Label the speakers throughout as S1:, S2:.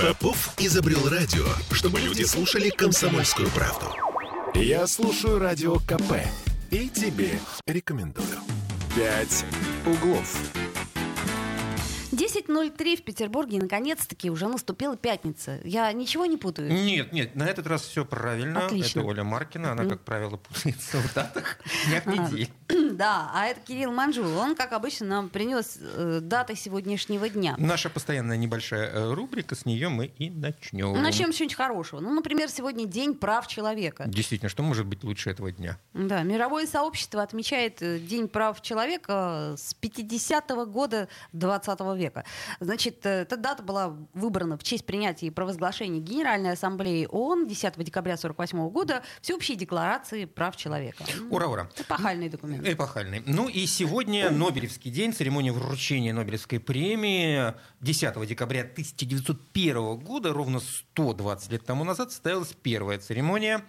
S1: Попов изобрел радио, чтобы люди слушали комсомольскую правду.
S2: Я слушаю радио КП и тебе рекомендую. Пять углов.
S3: 10.03 в Петербурге, и наконец-таки уже наступила пятница. Я ничего не путаю.
S4: Нет, нет, на этот раз все правильно.
S3: Отлично.
S4: Это Оля Маркина, она, как правило, путается в датах днях
S3: А.
S4: недель.
S3: Да, а это Кирилл Манжул. Он, как обычно, нам принес э, даты сегодняшнего дня.
S4: Наша постоянная небольшая э, рубрика, с нее мы и начнем.
S3: Ну, Начнем с чего-нибудь хорошего. Ну, например, сегодня День прав человека.
S4: Действительно, что может быть лучше этого дня?
S3: Да, мировое сообщество отмечает э, День прав человека э, с 50-го года 20 века. Значит, э, эта дата была выбрана в честь принятия и провозглашения Генеральной Ассамблеи ООН 10 декабря 1948 года Всеобщей декларации прав человека. М,
S4: Ура, ура.
S3: Эпохальный документ.
S4: Эпохальный. Ну и сегодня Нобелевский день, церемония вручения Нобелевской премии 10 декабря 1901 года, ровно 120 лет тому назад, состоялась первая церемония.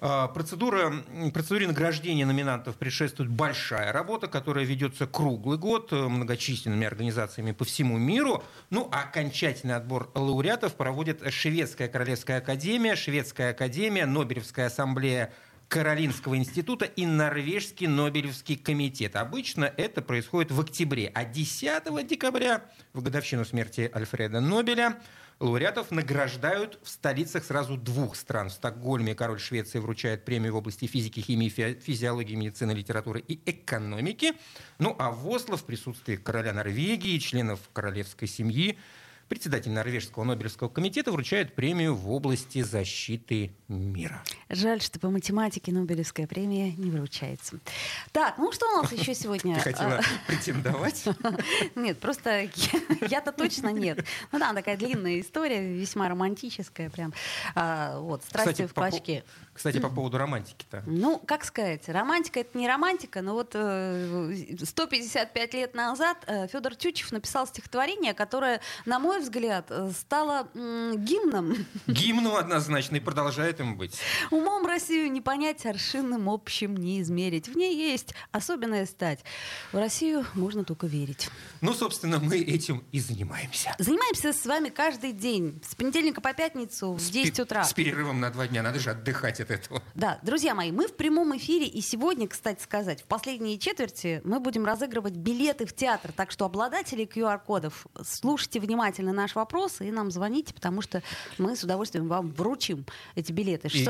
S4: А, Процедура, м, процедуре награждения номинантов предшествует большая работа, которая ведется круглый год э, многочисленными организациями по всему миру. Ну, а окончательный отбор лауреатов проводит Шведская Королевская Академия, Шведская Академия, Нобелевская Ассамблея Каролинского института и Норвежский Нобелевский комитет. Обычно это происходит в октябре, а 10 декабря, в годовщину смерти Альфреда Нобеля, лауреатов награждают в столицах сразу двух стран. В Стокгольме король Швеции вручает премию в области физики, химии, фи- физиологии, медицины, литературы и экономики. Ну а в Осло в присутствии короля Норвегии, членов королевской семьи, председатель Норвежского Нобелевского комитета вручает премию в области защиты мира.
S3: Жаль, что по математике Нобелевская премия не вручается. Так, ну что у нас еще сегодня? А,
S4: Ты хотела претендовать?
S3: Нет, просто я- я-то точно нет. Ну да, такая длинная история, весьма романтическая прям. А, Вот, страсти в
S4: по пов-
S3: пачке.
S4: Кстати, по поводу романтики-то.
S3: Ну, как сказать, романтика это не романтика, но вот э, 155 лет назад э, Федор Тютчев написал стихотворение, которое, на мой взгляд, э, стало м, гимном
S4: Гимну однозначно и продолжает им быть.
S3: Умом Россию не понять, аршинным общим не измерить. В ней есть особенная стать. В Россию можно только верить.
S4: Ну, собственно, мы этим и занимаемся.
S3: Занимаемся с вами каждый день. С понедельника по пятницу в 10
S4: Пе-
S3: утра.
S4: С перерывом на два дня. Надо же отдыхать от этого.
S3: Да, друзья мои, мы в прямом эфире, и сегодня, кстати сказать, в последние четверти мы будем разыгрывать билеты в театр, так что обладатели QR-кодов, слушайте внимательно наш вопрос и нам звоните, потому что мы с удовольствием вам вручим эти билеты.
S4: И-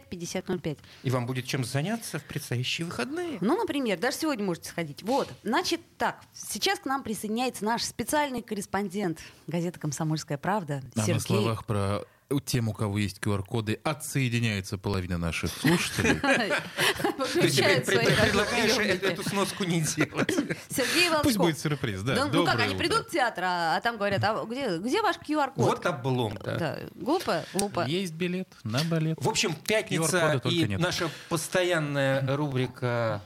S3: 655-5005.
S4: И вам будет чем заняться в предстоящие выходные.
S3: Ну, например, даже сегодня можете сходить. Вот, значит так, сейчас к нам присоединяется наш специальный корреспондент газеты «Комсомольская правда»
S5: А
S3: Сергей.
S5: на словах про тем, у кого есть QR-коды, отсоединяется половина наших слушателей.
S4: Ты себе
S3: Выключает
S4: пред-
S3: свои
S4: предлагаешь э-
S3: радиоприемники.
S4: эту сноску не делать.
S3: Сергей Волчков.
S5: Пусть будет сюрприз, да.
S3: Да, ну как,
S5: Доброе
S3: они
S5: утро.
S3: придут в театр, а, а там говорят, а где, где ваш QR-код?
S4: Вот облом-то.
S3: да. Глупо? Глупо.
S5: Есть билет на балет.
S4: В общем,
S5: QR-кода
S4: пятница
S5: только
S4: и
S5: нет.
S4: наша постоянная рубрика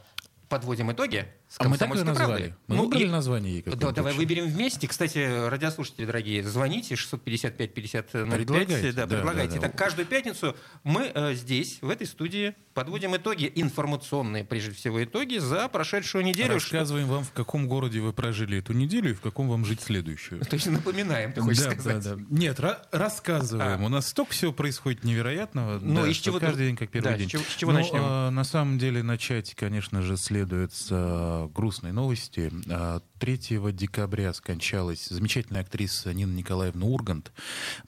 S4: «Подводим итоги» с
S5: А мы так ее
S4: «Комсомольской
S5: назвали?
S4: правдой».
S5: Мы
S4: Ну,
S5: выбрали
S4: и-
S5: название ей
S4: Да,
S5: какое-нибудь
S4: давай
S5: вообще?
S4: выберем вместе. Кстати, радиослушатели дорогие, звоните 655 50
S5: Предлагайте,
S4: Да,
S5: да,
S4: предлагайте.
S5: да, да.
S4: Так, каждую пятницу мы э, здесь, в этой студии, подводим итоги, информационные, прежде всего, итоги за прошедшую неделю.
S5: Рассказываем вам, в каком городе вы прожили эту неделю и в каком вам жить следующую.
S4: То есть напоминаем, ты хочешь
S5: Да,
S4: сказать. А.
S5: да, да. Нет, ра- рассказываем. У нас столько всего происходит невероятного.
S4: Ну,
S5: да,
S4: и с
S5: что
S4: чего ты-
S5: каждый день как первый
S4: да, с
S5: день.
S4: чего- с чего
S5: Ну,
S4: начнем?
S5: а, на самом деле начать, конечно же, следует с а, грустной новости. А, 3 декабря скончалась замечательная актриса Нина Николаевна Ургант,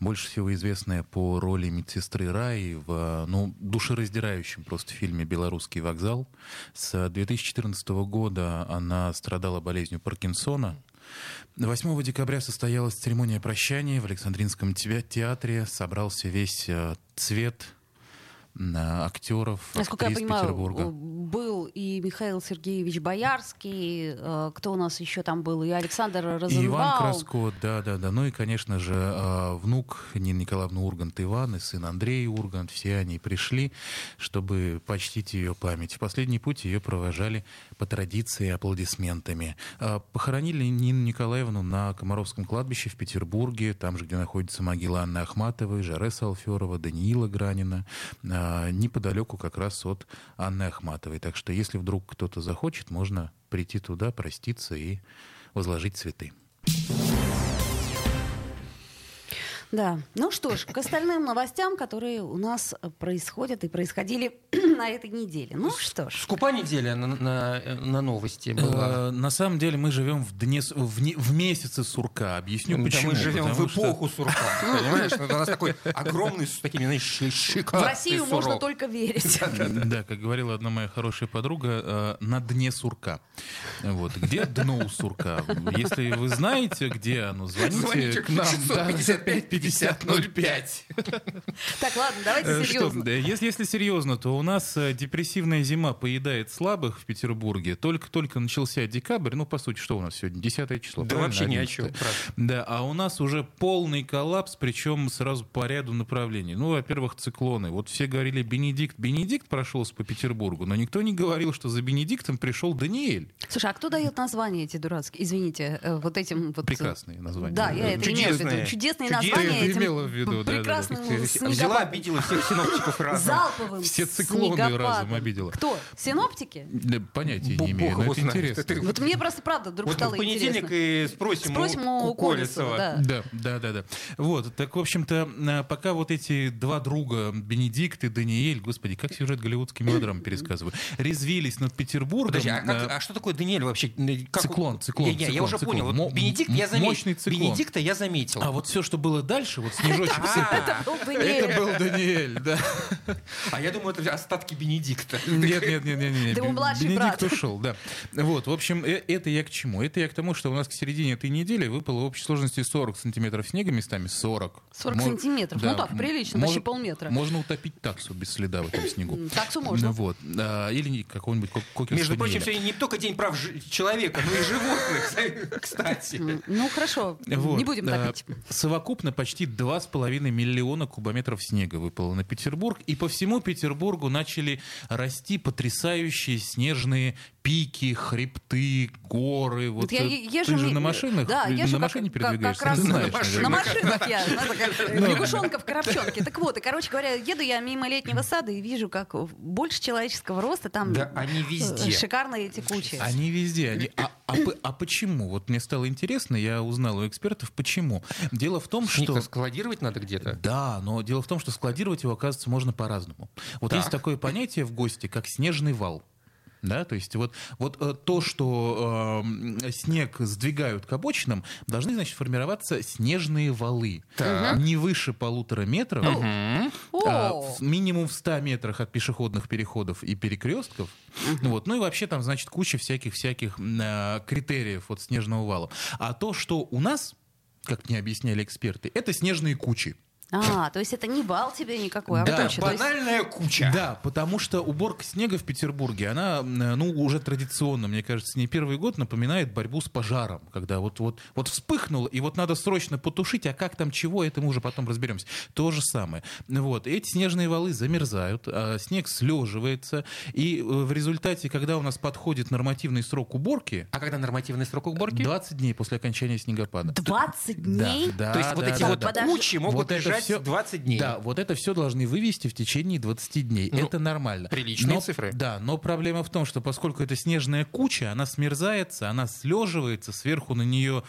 S5: больше всего известная по роли медсестры Раи в а, ну, душераздирающем просто фильме «Белорусский вокзал». С 2014 года она страдала болезнью Паркинсона. 8 декабря состоялась церемония прощания в Александринском те- театре. Собрался весь э, цвет м, актеров,
S3: Насколько я
S5: актрис
S3: понимаю,
S5: Петербурга.
S3: был и Михаил Сергеевич Боярский, э, кто у нас еще там был, и Александр
S5: И Иван
S3: Розенбаум.
S5: Краско, да, да, да. Ну и, конечно же, э, внук Нина Николаевна Ургант Иван и сын Андрей Ургант. Все они пришли, чтобы почтить ее память. В последний путь ее провожали по традиции аплодисментами. Э, Похоронили Нину Николаевну на Комаровском кладбище в Петербурге, там же, где находится могила Анны Ахматовой, Жаре Салферова, Даниила Гранина, э, неподалеку как раз от Анны Ахматовой. Так что, если вдруг кто-то захочет, можно прийти туда, проститься и возложить цветы.
S3: Да. Ну что ж, к остальным новостям, которые у нас э, происходят и происходили на этой неделе. Ну что ж.
S4: Скупа неделя на, на, на новости была.
S5: Э, На самом деле мы живем в, дне, с- в, не- в месяце сурка. Объясню
S4: Да
S5: ну, почему.
S4: мы живем в
S5: Потому что-
S4: эпоху сурка, понимаешь? Ну, У нас такой огромный, с такими, знаешь, щи-
S3: В
S4: шикарный
S3: Россию
S4: сурок.
S3: можно только верить.
S5: Да, как говорила одна моя хорошая подруга, э, на дне сурка. Вот. Где дно у сурка? Если вы знаете, где оно, звоните,
S4: Звоните
S5: к нам. да.
S4: 655 50 05.
S3: Так, ладно, давайте
S5: Э, Что,
S3: серьезно.
S5: да, если, если серьезно, то у нас э, депрессивная зима поедает слабых в Петербурге. Только-только начался декабрь. Ну, по сути, что у нас сегодня? 10 число.
S4: Да
S5: правильно?
S4: вообще ни о
S5: 11-е.
S4: чем. правда.
S5: Да, а у нас уже полный коллапс, причем сразу по ряду направлений. Ну, во-первых, циклоны. Вот все говорили Бенедикт. Бенедикт прошелся по Петербургу, но никто не говорил, что за Бенедиктом пришел Даниэль.
S3: Слушай, а кто дает название эти дурацкие? Извините, э, вот этим вот... э,
S5: Прекрасные названия.
S3: Да, я это имею в
S4: Чудесные.
S3: виду. Чудесные
S5: Чудесные.
S3: названия
S5: Ты
S3: этим
S5: имела в виду, да, А да, да.
S3: прекрасным
S4: Взяла,
S3: снегопадом.
S4: обидела всех синоптиков разом.
S3: Залповым
S5: Все циклоны
S3: снегопадом.
S5: разом обидела.
S3: Кто? Синоптики?
S5: Да, понятия
S4: Бог
S5: не имею, но
S4: его
S5: это
S4: знает.
S5: интересно.
S4: Это-
S3: Вот мне просто правда вдруг
S4: Вот
S3: стало
S4: в понедельник
S3: интересно.
S4: и спросим,
S3: Спросим у Колесова, да.
S5: Да, да, да, да. Вот, так, в общем-то, э, пока вот эти два друга, Бенедикт и Даниэль, господи, как сюжет голливудской мелодрамы пересказываю, резвились над Петербургом.
S4: Подожди, а, как-
S5: э,
S4: а что такое Даниэль вообще? Как-
S5: Циклон, циклон,
S4: Не, не, я
S5: циклон,
S4: уже
S5: циклон.
S4: понял.
S5: Мо-
S4: Вот Бенедикт я заметил.
S5: мощный циклон.
S4: Бенедикта я заметил.
S5: А вот все, что было дальше, вот снежочек
S4: А,
S3: О, Даниэль.
S5: Это был Даниэль, да.
S4: а я думаю, это остатки Бенедикта.
S5: Нет, нет, нет, нет, нет.
S3: Да его младший
S5: Бенедикт
S3: брат.
S5: ушел, да. Вот, в общем, э, это я к чему? Это я к тому, что у нас к середине этой недели выпало в общей сложности 40 сантиметров снега местами. 40.
S3: 40 сантиметров. Ну так, прилично, почти полметра.
S5: Можно утопить таксу без следа в этом снегу.
S3: М, таксу можно.
S5: Ну Вот. А, Или какого-нибудь кок- кокер
S4: Между прочим,
S5: спаниеля.
S4: сегодня не только день прав жи- человека, но и животных, кстати.
S3: М, Ну хорошо,
S5: Вот,
S3: не будем
S5: а,
S3: топить.
S5: Совокупно почти 2,5 миллиона кубометров снега выпало на Петербург. И по всему Петербургу начали расти потрясающие снежные пики, хребты, горы. Вот,
S3: Вот я
S5: э,
S3: е- езжу
S5: ты же
S3: ми-
S5: на машинах,
S3: да,
S5: э,
S3: езжу
S5: на
S3: как-
S5: машине
S3: как-
S5: передвигаешься.
S3: как раз
S5: ты знаешь,
S4: на
S5: наверное.
S3: На
S4: Жирно.
S3: машинах я, знаете, как лягушонка в коробчонке. Так вот, и, короче говоря, еду я мимо летнего сада и вижу, как больше человеческого роста там
S4: Да, они везде.
S3: э, шикарные эти кучи.
S5: Они везде. Они... А, а п- а почему? Вот мне стало интересно, я узнал у экспертов, почему. Дело в том, что...
S4: Что, складировать надо где-то?
S5: Да, но дело в том, что складировать его, оказывается, можно по-разному. Вот есть такое понятие в гости, как снежный вал. Да, то есть вот, вот э, то, что э, м, снег сдвигают к обочинам, должны, значит, формироваться снежные валы. Не выше полутора метров, а,
S3: О,
S5: в- минимум в 100 метрах от пешеходных переходов и перекрестков. Ну Вот. Ну и вообще там, значит, куча всяких-всяких м, э, критериев от снежного вала. А то, что у нас, как мне объясняли эксперты, это снежные кучи.
S3: а, то есть это не бал тебе никакой, а
S5: Да,
S3: куча. То есть-
S4: Банальная куча.
S5: Да, потому что уборка снега в Петербурге, она, м, ну, уже традиционно, мне кажется, не первый год напоминает борьбу с пожаром, когда вот, вот, вот вспыхнуло, и вот надо срочно потушить, а как там чего, это мы уже потом разберемся. То же самое. Вот, эти снежные валы замерзают, а снег слеживается, и э, в результате, когда у нас подходит нормативный срок уборки,
S4: А когда нормативный срок уборки?
S5: 20 дней после окончания снегопада.
S3: 20
S5: Да,
S3: дней?
S5: да,
S4: То есть вот
S5: да,
S4: эти
S5: да,
S4: вот
S5: да.
S3: Подожди.
S4: кучи могут
S5: Вот это
S4: лежать
S5: всё-
S4: 20 дней.
S5: Да, вот это все должны вывести в течение 20 дней.
S4: Ну,
S5: это нормально.
S4: приличные
S5: Но-
S4: цифры.
S5: Да, но проблема в том, что поскольку это снежная куча, она смерзается, она слеживается, сверху на нее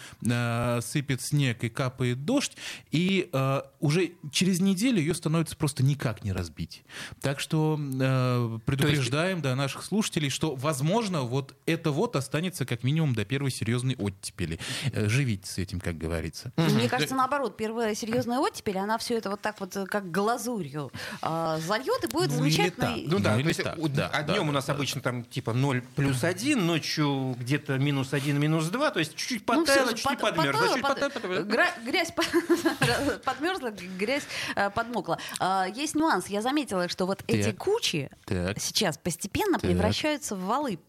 S5: сыпет снег и капает дождь, и э, уже через неделю ее становится просто никак не разбить. Так что э, предупреждаем да, наших слушателей, что, возможно, вот это вот останется как минимум до первой серьезной оттепели. Э, живите с этим, как говорится.
S3: Мне кажется, наоборот, первая серьезная оттепель, она все это вот так вот, э, как глазурью а, зальет, и будет
S5: Ну, или
S3: замечательный...
S5: так.
S4: Ну да,
S5: Ну,
S4: то
S5: или
S4: есть
S5: так,
S4: у-
S5: да,
S4: а
S5: да,
S4: днем у
S5: да,
S4: нас обычно там типа 0 плюс 1, ночью где-то минус 1, минус 2, то есть чуть-чуть
S3: Ну, всё
S4: потаяло,
S3: же,
S4: чуть-чуть
S3: пот-
S4: подмерзло,
S3: потаяло,
S4: чуть
S3: пот-
S4: потаяло, потаяло.
S3: гра- Грязь под- подмерзла, грязь э, подмокла. А, Есть нюанс. Я заметила, что вот эти кучи
S5: Так.
S3: сейчас постепенно
S5: Так.
S3: превращаются в валы.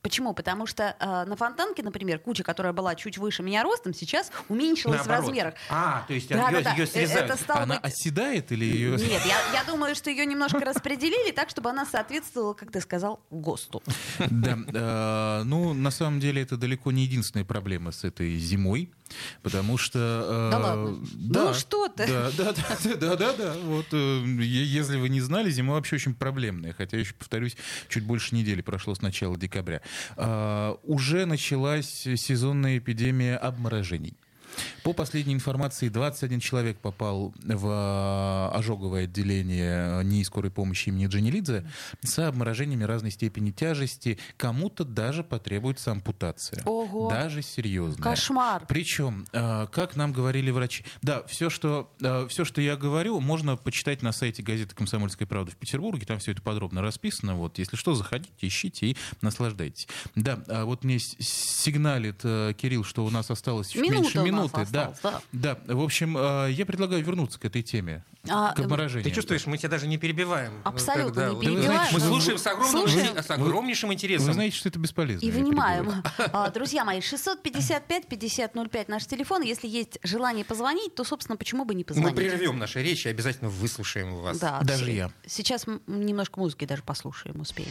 S3: Почему? Потому что э, на фонтанке, например, куча, которая была чуть выше меня ростом, сейчас уменьшилась
S4: Наоборот.
S3: в размерах.
S4: А, то есть
S3: Да, да,
S4: ее,
S3: да.
S4: ее
S3: Э,
S4: срезают.
S3: Это стало
S5: она
S3: быть-
S5: оседает или ее...
S3: Нет, я, я думаю, что ее немножко распределили так, чтобы она соответствовала, как ты сказал, ГОСТу.
S5: Да, э, ну, на самом деле, это далеко не единственная проблема с этой зимой, потому что... э,
S3: Да ладно?
S5: да,
S3: Ну что ты?
S5: Да, да, да, да, да, да, да. Вот, э, е- если вы не знали, зима вообще очень проблемная, хотя, еще повторюсь, чуть больше недели прошло с начала декабря. Э, Уже началась сезонная эпидемия обморожений. По последней информации, 21 человек попал в э, ожоговое отделение а, НИИ скорой помощи имени Джанилидзе с обморожениями разной степени тяжести. Кому-то даже потребуется ампутация.
S3: Ого.
S5: Даже серьезно.
S3: Кошмар.
S5: Причем, э, как нам говорили врачи, да, все что, э, все, что я говорю, можно почитать на сайте газеты «Комсомольская правда» в Петербурге, там все это подробно расписано, вот, если что, заходите, ищите и наслаждайтесь. Да, а вот мне с- сигналит э, Кирилл, что у нас осталось чуть
S3: Минута
S5: меньше
S3: у нас
S5: минуты, да,
S3: осталась, да.
S5: да, в общем, э, я предлагаю вернуться к этой теме,
S3: А,
S5: к обморожению.
S4: Ты чувствуешь, мы тебя даже не перебиваем. э,
S3: Абсолютно
S4: Когда
S3: не
S4: вот-
S5: перебиваем. Да вы знаете,
S4: Мы
S5: что-
S4: слушаем с, огромным,
S3: Слушаем.
S4: с огромнейшим интересом.
S5: Вы знаете, что это бесполезно.
S3: И
S5: я перебиваю.
S3: вынимаем. А, Друзья мои, 655-5005 наш телефон. Если есть желание позвонить, то, собственно, почему бы не
S4: мы
S3: позвонить?
S4: прервем наши речи и обязательно выслушаем вас.
S3: Да,
S5: Даже
S3: с-
S5: я.
S3: Сейчас м, немножко музыки даже послушаем, успеем.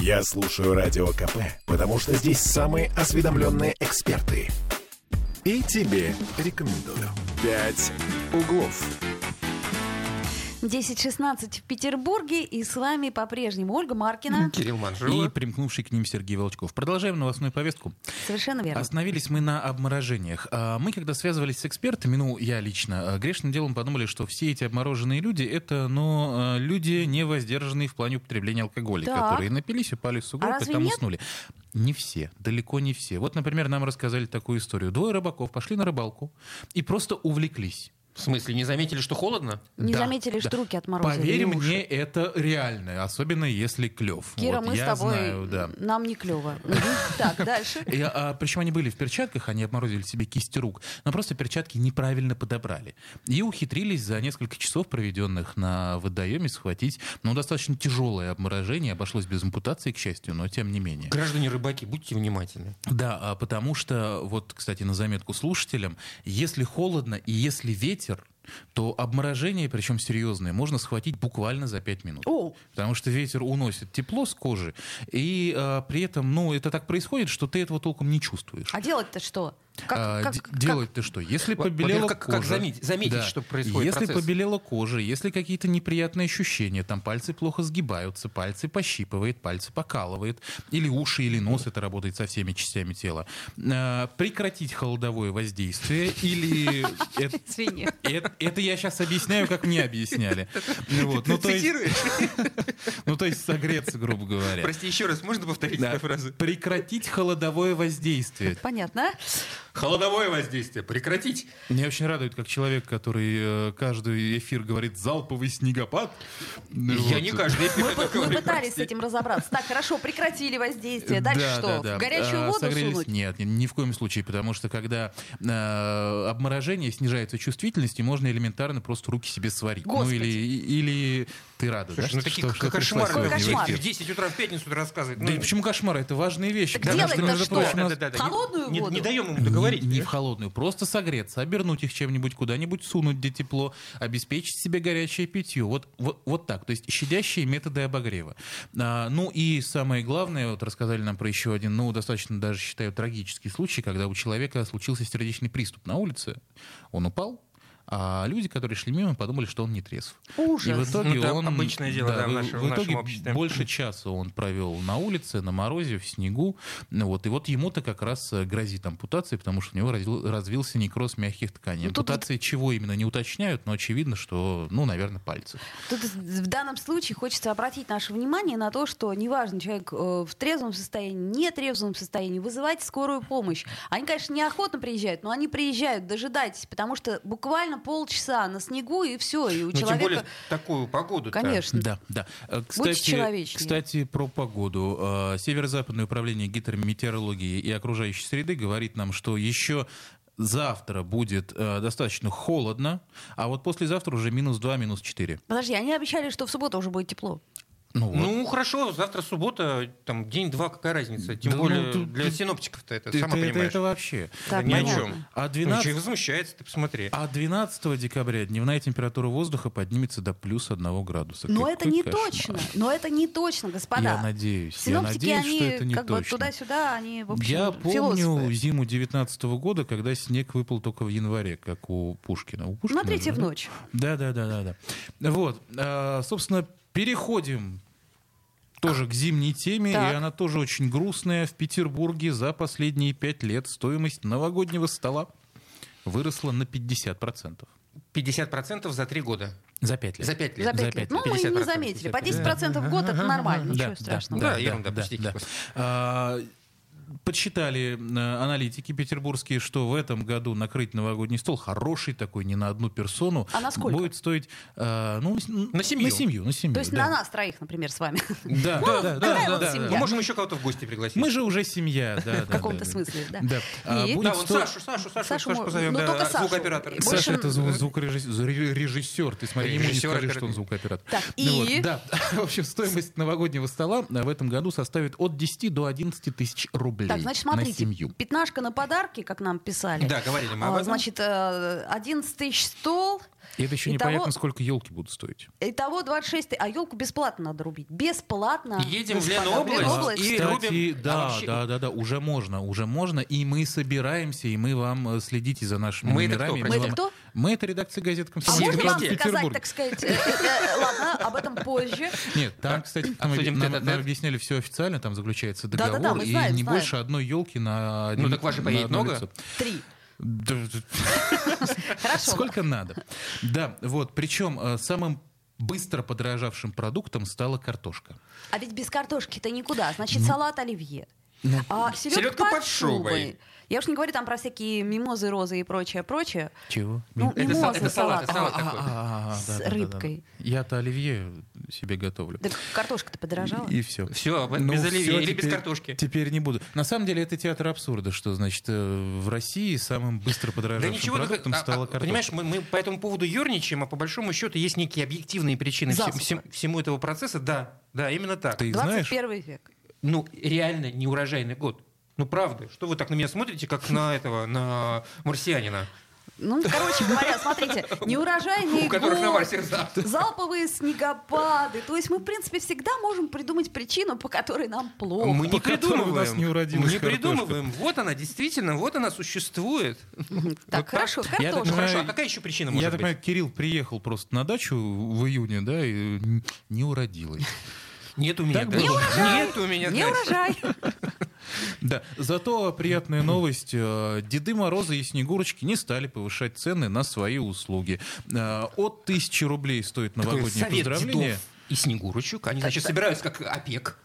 S2: Я слушаю Радио КП, потому что здесь самые осведомленные эксперты. И тебе рекомендую. «Пять углов».
S3: 10.16 в Петербурге, и с вами по-прежнему Ольга Маркина.
S4: Кирилл Манжула.
S5: И примкнувший к ним Сергей Волчков. Продолжаем новостную повестку.
S3: Совершенно
S5: А
S3: верно.
S5: Остановились мы на обморожениях. А, Мы, когда связывались с экспертами, ну, я лично, а, грешным делом подумали, что все эти обмороженные люди — это, но люди, не воздержанные в плане употребления алкоголя,
S3: Так.
S5: которые напились, упали в сугроб
S3: А
S5: и
S3: разве
S5: там
S3: нет?
S5: уснули. Не все, далеко не все. Вот, например, нам рассказали такую историю. Двое рыбаков пошли на рыбалку и просто увлеклись.
S4: В смысле, не заметили, что холодно?
S3: Не
S5: Да,
S3: заметили, что
S5: да.
S3: руки отморозили.
S5: Поверь
S3: или уши.
S5: мне, это реально, особенно если клев.
S3: Кира,
S5: Вот
S3: мы
S5: я
S3: с тобой,
S5: знаю, да.
S3: нам не клево. Так, дальше.
S5: И, а, причем они были в перчатках, они обморозили себе кисти рук, но просто перчатки неправильно подобрали. И ухитрились за несколько часов, проведенных на водоеме, схватить ну, достаточно тяжелое обморожение. Обошлось без ампутации, к счастью, но тем не менее.
S4: Граждане рыбаки, будьте внимательны.
S5: Да, а потому что, вот, кстати, на заметку слушателям, если холодно и если ветер, то обморожение, причем серьезное, можно схватить буквально за 5 минут.
S3: О,
S5: Потому что ветер уносит тепло с кожи, и а, при этом, ну, это так происходит, что ты этого толком не чувствуешь.
S3: а делать-то что? Как-
S5: А,
S3: как-
S5: де-
S3: как-
S5: делать ты что? Если
S4: Во-
S5: побелела
S4: во-первых, как- как
S5: кожа,
S4: заметь- заметить, что происходит
S5: Если
S4: процесс?
S5: побелела кожа, если какие-то неприятные ощущения, там пальцы плохо сгибаются, пальцы пощипывает, пальцы покалывает, или уши, или нос, это работает со всеми частями тела. А, Прекратить холодовое воздействие или это-
S3: Извини.
S5: это, это я сейчас объясняю, как мне объясняли. Ну вот, ну то есть- ну, то есть согреться, грубо говоря.
S4: Прости, еще раз, можно повторить
S5: Да.
S4: эту фразу?
S5: Прекратить холодовое воздействие.
S3: Понятно.
S4: Холодовое воздействие прекратить.
S5: Меня очень радует, как человек, который э, каждый эфир говорит «залповый снегопад». Ну,
S4: Я
S5: вот.
S4: не каждый эфир
S3: Мы,
S4: это
S3: мы
S4: говорю,
S3: пытались с
S4: прости.
S3: этим разобраться. Так, хорошо, прекратили воздействие.
S5: Да,
S3: Дальше
S5: да,
S3: что?
S5: да.
S3: В горячую
S5: А,
S3: воду
S5: согрелись?
S3: сунуть?
S5: Нет, ни, ни в коем случае, потому что когда э, обморожение снижается чувствительность, и можно элементарно просто руки себе сварить.
S3: Господи.
S5: Ну или, или ты рада,
S4: Слушай,
S5: да,
S4: ну
S5: что-
S4: такие ну,
S5: что пришла
S4: кошмары.
S5: сегодня в
S3: Кошмар.
S5: эфир?
S4: В 10 утра в пятницу рассказывает. Ну,
S5: Да и почему кошмары? Это важные вещи.
S3: Так
S5: потому
S3: делать-то
S5: между
S3: что?
S5: прочим, у нас-
S4: В
S3: Холодную
S4: не,
S3: воду?
S4: Не даем ему
S5: Не-
S4: договорить.
S5: Не,
S4: да?
S5: в холодную, просто согреться, обернуть их чем-нибудь, куда-нибудь сунуть, где тепло, обеспечить себе горячее питье. Вот, вот, вот так, то есть щадящие методы обогрева. А, ну и самое главное, вот рассказали нам про еще один, ну достаточно даже считаю трагический случай, когда у человека случился сердечный приступ на улице, он упал, а люди, которые шли мимо, подумали, что он не трезв. И в
S3: Ужас.
S5: итоге
S4: Ну, это
S5: он...
S4: обычное дело, да, в
S5: и
S4: нашем- в
S5: итоге
S4: нашем обществе.
S5: больше часа он провел на улице, на морозе, в снегу. Ну Вот. И вот ему-то как раз э, грозит ампутация, потому что у него разил- развился некроз мягких тканей.
S3: Ну, тут
S5: Ампутации чего именно не уточняют, но очевидно, что, ну, наверное, пальцев.
S3: Тут в данном случае хочется обратить наше внимание на то, что неважно, человек э, в трезвом состоянии, не трезвом состоянии, вызывайте скорую помощь. Они, конечно, неохотно приезжают, но они приезжают, дожидайтесь, потому что буквально полчаса на снегу и все, и у
S4: Ну, тем более
S3: человека...
S4: в такую погоду.
S3: Конечно.
S5: Да, да. Э,
S3: Будьте
S5: Кстати,
S3: человечнее.
S5: кстати, про погоду. Э, Северо-западное управление гидрометеорологии и окружающей среды говорит нам, что еще завтра будет э, достаточно холодно, а вот послезавтра уже минус 2, минус 4.
S3: Подожди, они обещали, что в субботу уже будет тепло.
S5: Ну, вот.
S4: Ну хорошо, завтра суббота, там день-два, какая разница? Тем
S5: Да ну,
S4: более
S5: тут-
S4: для
S5: тут-
S4: синоптиков-то это,
S5: Ты-
S4: сама
S5: ты- это-
S4: понимаешь. Ну,
S5: это вообще.
S3: Так,
S4: Ни о
S3: понятно.
S4: чем.
S5: А
S4: Ну, чё,
S5: 12,
S4: возмущается, ты посмотри.
S5: а 12 декабря дневная температура воздуха поднимется до плюс 1 градуса.
S3: Но
S5: Какой
S3: это не
S5: кошмар.
S3: точно. Но это не точно, господа.
S5: Я надеюсь, я
S3: Синоптики,
S5: надеюсь,
S3: они
S5: что это не
S3: как бы
S5: точно.
S3: туда-сюда, они, в общем,
S5: Я помню
S3: философы.
S5: зиму 19 года, когда снег выпал только в январе, как у Пушкина. У Пушкина же,
S3: Смотрите в
S5: да?
S3: ночь.
S5: Да, да, да, да, да. Вот, а, собственно, переходим тоже к зимней теме,
S3: Так.
S5: и она тоже очень грустная. В Петербурге за последние пять лет стоимость новогоднего стола выросла на 50%.
S4: 50% за три года.
S5: За 5 лет.
S4: За пять лет.
S3: За пять
S5: За пять
S3: лет. Ну, мы и
S4: 50%.
S3: не заметили. По 10%
S5: Да.
S3: в год это нормально, ничего Ну, страшного.
S4: Да, ерунда, пустяки.
S5: А, Подсчитали э, аналитики петербургские, что в этом году накрыть новогодний стол хороший такой, не на одну персону,
S3: А на сколько?
S5: будет стоить э, ну, с-
S4: На семью.
S5: На семью, на семью,
S3: То есть
S5: да.
S3: на нас троих, например, с вами.
S5: Да, да, да,
S3: какая
S5: да,
S3: вот
S5: да,
S3: семья?
S5: да.
S4: Ну, Мы можем еще кого-то в гости пригласить.
S5: Мы же уже семья, да, да,
S3: В каком-то
S5: да.
S3: смысле, да.
S5: Да. А,
S3: И-
S5: будет
S4: Да, вон
S5: сто-
S4: Сашу, Сашу, Сашу,
S3: Сашу
S4: Сашу,
S3: мы-
S4: позовем.
S3: ну,
S4: да,
S3: только Сашу.
S4: Звукооператор.
S3: И больше-
S5: Саша, это зву- звукорежиссер, ре- режиссер. Ты смотри, ему не
S4: Режиссер,
S5: скажи,
S4: оператор.
S5: что он звукооператор.
S3: Так,
S5: Ну
S3: и?
S5: вот, да. В общем, стоимость новогоднего стола э, в этом году составит от 10 до 11 тысяч рублей
S3: Так, значит,
S5: на
S3: смотрите,
S5: семью.
S3: пятнашка на подарки, как нам писали.
S4: Да, говорили мы
S3: А,
S4: об этом.
S3: Значит, э, 11 тысяч стол,
S5: И это еще
S3: Итого-
S5: непонятно, сколько елки будут стоить.
S3: итого 26 тысяч. А елку бесплатно надо рубить. Бесплатно.
S4: Едем в
S3: господа,
S4: Ленобласть
S3: Ленобласть.
S4: и-
S5: Кстати,
S4: рубим- а
S5: да,
S4: вообще-
S5: да, да, да, уже можно, уже можно, и мы собираемся, и мы вам э, следите за нашими
S4: Мы это кто,
S5: номерами.
S3: простите?
S5: вам-
S3: Мы это кто?
S5: Мы это редакция газет
S3: А
S5: «Комсомольская
S3: можно вам
S5: правда»
S3: сказать,
S5: Петербург.
S3: так сказать, э, э, ладно, об этом позже.
S5: Нет, там, кстати, нам,
S4: обсудим
S5: объ- нам-
S4: тет-а-тет.
S5: нам объясняли все официально, там заключается договор,
S3: Да-да-да, мы
S5: и
S3: знаем,
S5: не
S3: знаем.
S5: больше одной елки на один
S4: Ну так вас же
S5: на
S4: поедет
S5: одно
S4: много?
S5: лицо.
S3: Три.
S5: Да, да,
S3: Хорошо.
S5: Сколько надо. Да, вот, причем самым быстро подорожавшим продуктом стала картошка.
S3: А ведь без картошки-то никуда. Значит,
S5: Ну.
S3: салат оливье. А, селедка,
S4: Селедка
S3: под
S4: под шубой.
S3: шубой. Я уж не говорю там про всякие мимозы, розы и прочее, прочее.
S5: Чего?
S3: Ну,
S4: Это
S3: мимозы,
S4: са- это салат, это салат.
S3: А,
S4: такой.
S3: С рыбкой.
S5: Я-то оливье себе готовлю.
S3: Так картошка-то подорожала.
S5: И все.
S4: Все, а без оливье или без картошки.
S5: Теперь не буду. На самом деле это театр абсурда, что значит э, в России самым быстро
S4: Да
S5: подорожавшим
S4: ничего, такое-
S5: продуктом
S4: а, а,
S5: стала картошка.
S4: понимаешь, мы, мы по этому поводу ерничаем, а по большому счету есть некие объективные причины всем-
S3: Засуха.
S4: всем- всему этого процесса. Да, да, именно так.
S5: Ты знаешь?
S3: 21 век.
S4: Ну, реально неурожайный год. Ну, правда, что вы так на меня смотрите, как на этого, на марсианина,
S3: Ну, короче говоря, смотрите, неурожайный
S4: у которых на
S3: год,
S4: Марсе да.
S3: залповые снегопады. То есть мы, в принципе, всегда можем придумать причину, по которой нам плохо.
S4: Мы не
S5: по которой
S4: придумываем.
S5: у нас не уродилась
S4: не
S5: картошка.
S4: придумываем. Вот она, действительно, вот она существует.
S3: Так, хорошо,
S5: Я
S4: Ну,
S5: так
S3: картошка.
S5: понимаю,
S4: хорошо, а какая еще причина
S5: Я
S4: может
S5: так
S4: быть?
S5: понимаю, Кирилл приехал просто на дачу в июне, да, и н- не уродилось.
S4: Нет у меня
S5: Так
S4: дачи.
S5: было.
S4: Нет у меня
S3: Не
S4: дачи.
S3: урожай.
S5: Да, зато приятная новость. э, Деды Морозы и Снегурочки не стали повышать цены на свои услуги. Э, От 1000 рублей стоит
S4: Такой
S5: новогоднее
S4: совет
S5: поздравление.
S4: дедов и Снегурочек. Они, значит, собираются как ОПЕК.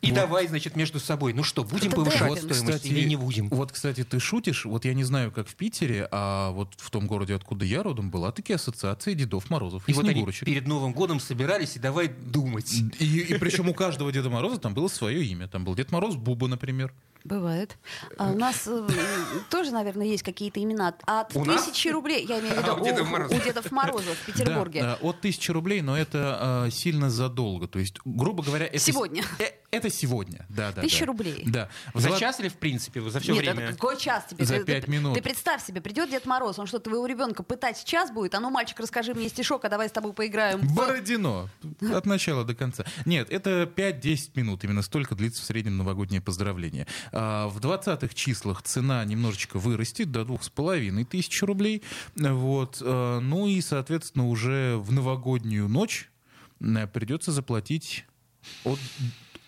S4: И давай, значит, между собой. Ну что, будем
S3: Это
S4: повышать
S3: Дедов.
S4: стоимость или не будем?
S5: Вот, кстати, ты шутишь, вот я не знаю, как в Питере, а вот в том городе, откуда я родом, была таки ассоциация Дедов Морозов и,
S4: И вот они
S5: Снегурочек.
S4: перед Новым годом собирались и давай думать.
S5: И, и причем у каждого Деда Мороза там было свое имя. Там был Дед Мороз Буба, например.
S3: Бывает. А у нас э, тоже, наверное, есть какие-то имена. От
S4: У нас?
S3: тысячи рублей, я имею в виду,
S4: А, у Дедов
S3: у,
S4: Мороза.
S3: у Дедов Мороза в Петербурге.
S5: Да, э, от 1000 рублей, но это э, сильно задолго. То есть, грубо говоря, это с-
S3: Сегодня.
S5: э, это сегодня, да, да.
S3: Тысяча
S5: да.
S3: рублей.
S5: Да. В
S4: За
S5: золот-
S4: час или, в принципе, за все
S3: Нет,
S4: время?
S3: это какой час тебе?
S5: За
S3: Ты- ты-
S5: пять минут.
S3: Ты представь себе, придет Дед Мороз, он что, твоего ребенка пытать сейчас будет? А ну, мальчик, расскажи мне стишок, а давай с тобой поиграем. в-
S5: Бородино. От начала до конца. Нет, это 5-10 минут. Именно столько длится в среднем новогоднее поздравление. А, в 20-х числах цена немножечко вырастет до 2,5 тысяч рублей. Вот. А, Ну и, соответственно, уже в новогоднюю ночь э, придется заплатить от,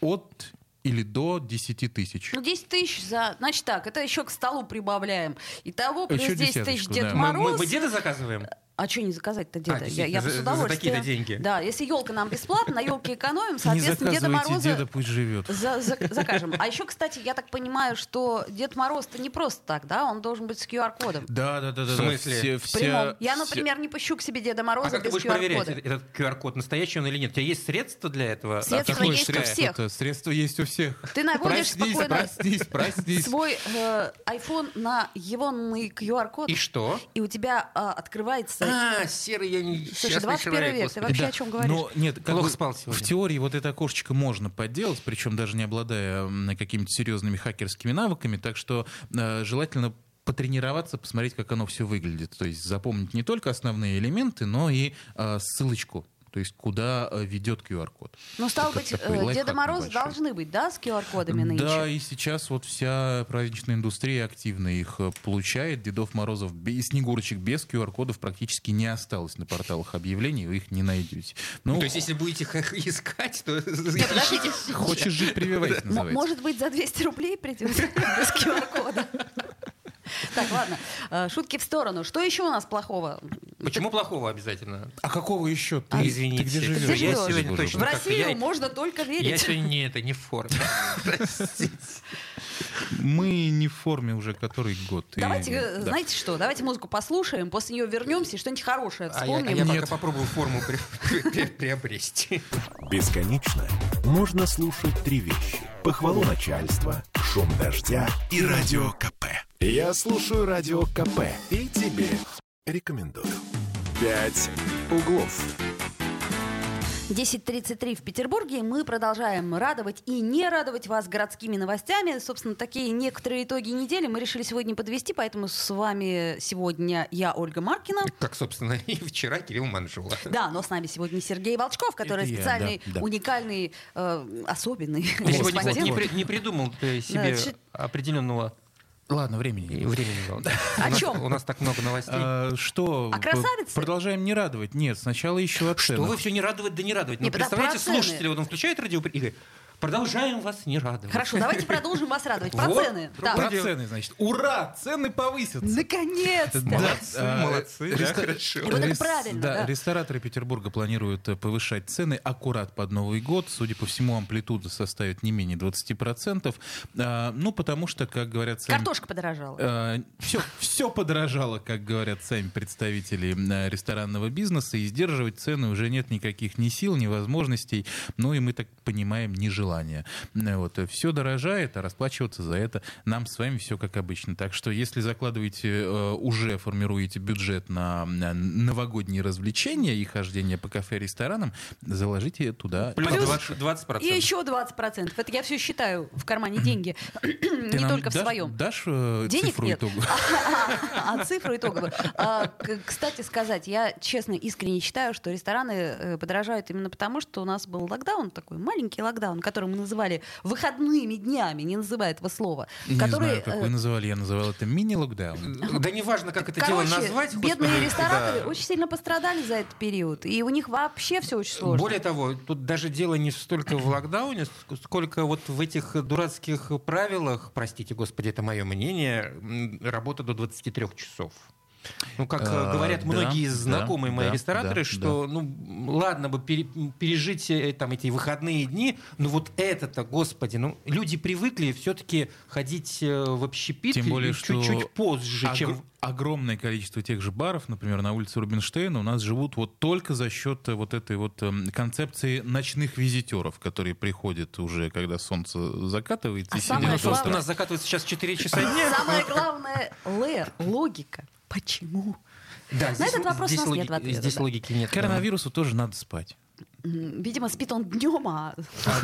S5: от или до 10 тысяч.
S3: Ну, 10 тысяч за... Значит так, это еще к столу прибавляем. Итого плюс
S5: Еще
S3: 10 тысяч
S5: десяточку,
S3: Дед
S5: да.
S4: Мы, мы
S3: Мороз.
S4: бы деда заказываем?
S3: А что не заказать-то деда? я, я
S4: действительно,
S3: бы с
S4: за- за
S3: удовольствием.
S4: такие-то деньги.
S3: Да, если елка нам бесплатно, на елке экономим,
S5: Не
S3: соответственно, Деда
S5: заказывайте
S3: Мороза...
S5: деда, пусть живет.
S3: За- за- закажем. А еще, кстати, я так понимаю, что Дед Мороз-то не просто так, да? Он должен быть с QR-кодом.
S5: Да, да, да, да.
S4: В смысле?
S5: Все,
S3: В
S5: все-
S3: прямом. Я,
S5: все-
S3: например, не пущу к себе Деда
S4: А
S3: Мороза
S4: как ты
S3: без
S4: будешь проверять,
S3: QR-кода.
S4: э- этот QR-код, настоящий он или нет? У тебя есть средства для этого?
S5: А
S3: Средства
S4: Какое
S5: Какое
S3: есть у
S5: средство-то?
S3: всех.
S5: Средства есть у всех.
S3: Ты наводишь
S5: Проснись,
S3: спокойно
S5: проснись, проснись.
S3: свой э, iPhone на его QR-код,
S4: И что?
S3: и у тебя а, открывается...
S4: А, серый я не...
S3: Слушай,
S4: счастный
S3: 21
S4: человек,
S3: век, ты
S4: господи.
S3: вообще
S5: Да.
S3: о чем говоришь?
S5: Но нет, как
S4: Плохо
S5: бы
S4: спал
S5: в
S4: сегодня.
S5: теории вот это окошечко можно подделать, причем даже не обладая м, какими-то серьезными хакерскими навыками, так что э, желательно потренироваться, посмотреть, как оно все выглядит. То есть запомнить не только основные элементы, но и э, ссылочку, то есть куда э, ведет QR-код.
S3: Ну, стало
S5: Это
S3: быть,
S5: такой
S3: э, Деда
S5: лайфхак
S3: Мороз
S5: небольшой.
S3: должны быть, да, с QR-кодами нынче?
S5: Да, и сейчас вот вся праздничная индустрия активно их э, получает. Дедов Морозов бе- и Снегурочек без QR-кодов практически не осталось на порталах объявлений, вы их не найдете. Ну,
S4: То есть, если будете их искать, то
S3: подождите.
S4: ищите.
S5: хочешь жить, прививайся,
S3: М-
S5: называется.
S3: Может быть, за 200 рублей придет без QR-кода? Так, ладно. Э, Шутки в сторону. Что еще у нас плохого?
S4: Почему плохого обязательно?
S5: А какого еще? Ты,
S4: А,
S5: ты
S4: извините,
S5: где
S4: ты
S5: живешь?
S3: где
S5: Я
S3: живешь?
S5: сегодня
S4: Боже
S5: точно.
S3: В
S4: Ну, как-то
S3: Россию
S4: я-
S3: можно только
S4: Я
S3: верить.
S4: сегодня не это, не в форме. Простите.
S5: Мы не в форме уже который год. и-
S3: Давайте, э,
S5: да.
S3: знаете что, давайте музыку послушаем, после нее вернемся и что-нибудь хорошее
S4: А я, а
S3: вспомним.
S4: я пока попробую форму при- при- при- приобрести.
S2: Бесконечно можно слушать три вещи. Похвалу начальства, шум дождя
S1: И Радио КП.
S2: Я слушаю радио КП и тебе рекомендую. Пять углов.
S3: 10.33 в Петербурге. Мы продолжаем радовать и не радовать вас городскими новостями. Собственно, такие некоторые итоги недели мы решили сегодня подвести, поэтому с вами сегодня я, Ольга Маркина.
S4: Как, собственно, и вчера Кирилл Манжула.
S3: Да, но с нами сегодня Сергей Волчков, который
S5: Это я,
S3: специальный,
S5: да, да.
S3: уникальный, э, особенный
S4: Ты сегодня,
S3: корреспондент.
S4: кстати, не, при- не придумал ты себе
S3: чуть-
S4: определенного
S5: Ладно, времени нет.
S4: времени. было.
S3: О
S4: У нас-
S3: чем?
S4: У нас так много новостей.
S5: А, что?
S3: А красавицы?
S5: Продолжаем не радовать. Нет, сначала еще оценок.
S4: Что вы все не радовать, да не радовать.
S3: Не,
S4: Ну,
S3: потому-
S4: представляете,
S3: про цены.
S4: слушатели, вот он включает радио и говорит, продолжаем вас не радовать.
S3: Хорошо, давайте продолжим вас радовать. Про
S4: Вот,
S3: цены.
S4: про-
S3: Да.
S5: Про цены, значит. Ура! Цены повысятся!
S3: Наконец-то!
S4: Молодцы,
S5: Да,
S4: молодцы,
S5: э,
S4: да,
S5: рестор-
S4: хорошо.
S3: Вот это
S5: рес-
S3: правильно, да.
S5: Рестораторы Петербурга планируют э, повышать цены аккурат под Новый год. Судя по всему, амплитуда составит не менее 20%. А, Ну, потому что, как говорят сами...
S3: Картошка подорожала.
S5: Все, все Э, подорожало, как говорят сами представители э, ресторанного бизнеса, и сдерживать цены уже нет никаких ни сил, ни возможностей, ну и мы так понимаем, ни желания. Э, Вот, все дорожает, а расплачиваться за это нам с вами все как обычно. Так что если закладываете, э, уже формируете бюджет на э, новогодние развлечения и хождение по кафе и ресторанам, заложите туда.
S4: Плюс
S5: побольше.
S4: 20%. 20%.
S3: И еще 20%. Это я все считаю в кармане деньги.
S5: Ты
S3: не
S5: нам
S3: только в
S5: дашь-
S3: своем.
S5: Дашь э,
S3: Денег
S5: цифру
S3: нет.
S5: итоговую?
S3: А а цифру итоговую. А, к- Кстати сказать, я честно, искренне считаю, что рестораны э, подорожают именно потому, что у нас был локдаун, такой маленький локдаун, который мы называли выходными днями, не называя этого слова.
S5: Не
S3: который,
S5: знаю, как вы
S3: э,
S5: называли. Я называл это мини-локдаун.
S4: Да не важно, как ну, это дело
S3: Короче,
S4: назвать. господи,
S3: бедные
S4: да.
S3: рестораторы очень сильно пострадали за этот период, и у них вообще все очень сложно.
S4: Более того, тут даже дело не столько в локдауне, ск- сколько вот в этих дурацких правилах, простите, господи, это мое мнение, м, работа до 23 часов. Ну, как э,
S5: А,
S4: говорят
S5: да,
S4: многие
S5: да,
S4: знакомые мои
S5: да,
S4: рестораторы,
S5: да,
S4: что, ну, м, ладно бы пере- м, пережить э, там эти выходные дни, но вот это-то, господи, ну, люди привыкли все-таки ходить э, в общепит
S5: Тем более,
S4: и
S5: что А
S4: чуть-чуть позже,
S5: Огр-
S4: чем...
S5: Огромное количество тех же баров, например, на улице Рубинштейна у нас живут вот только за счет э, вот этой вот эм, концепции ночных визитеров, которые приходят уже, когда солнце закатывается.
S3: А
S5: и
S3: самое
S4: Ну,
S5: сидят
S4: просто
S5: до
S3: главное-
S4: у
S5: утра.
S4: нас закатывается сейчас 4 часа дня.
S3: Самое главное, Лэр, логика. Почему?
S4: Да, здесь-
S3: этот вопрос у
S4: здесь
S3: нас нет
S4: логи-
S3: ответа,
S4: Здесь
S3: да.
S4: логики нет. да.
S5: Коронавирусу тоже надо спать.
S3: М, Видимо, спит он днем, а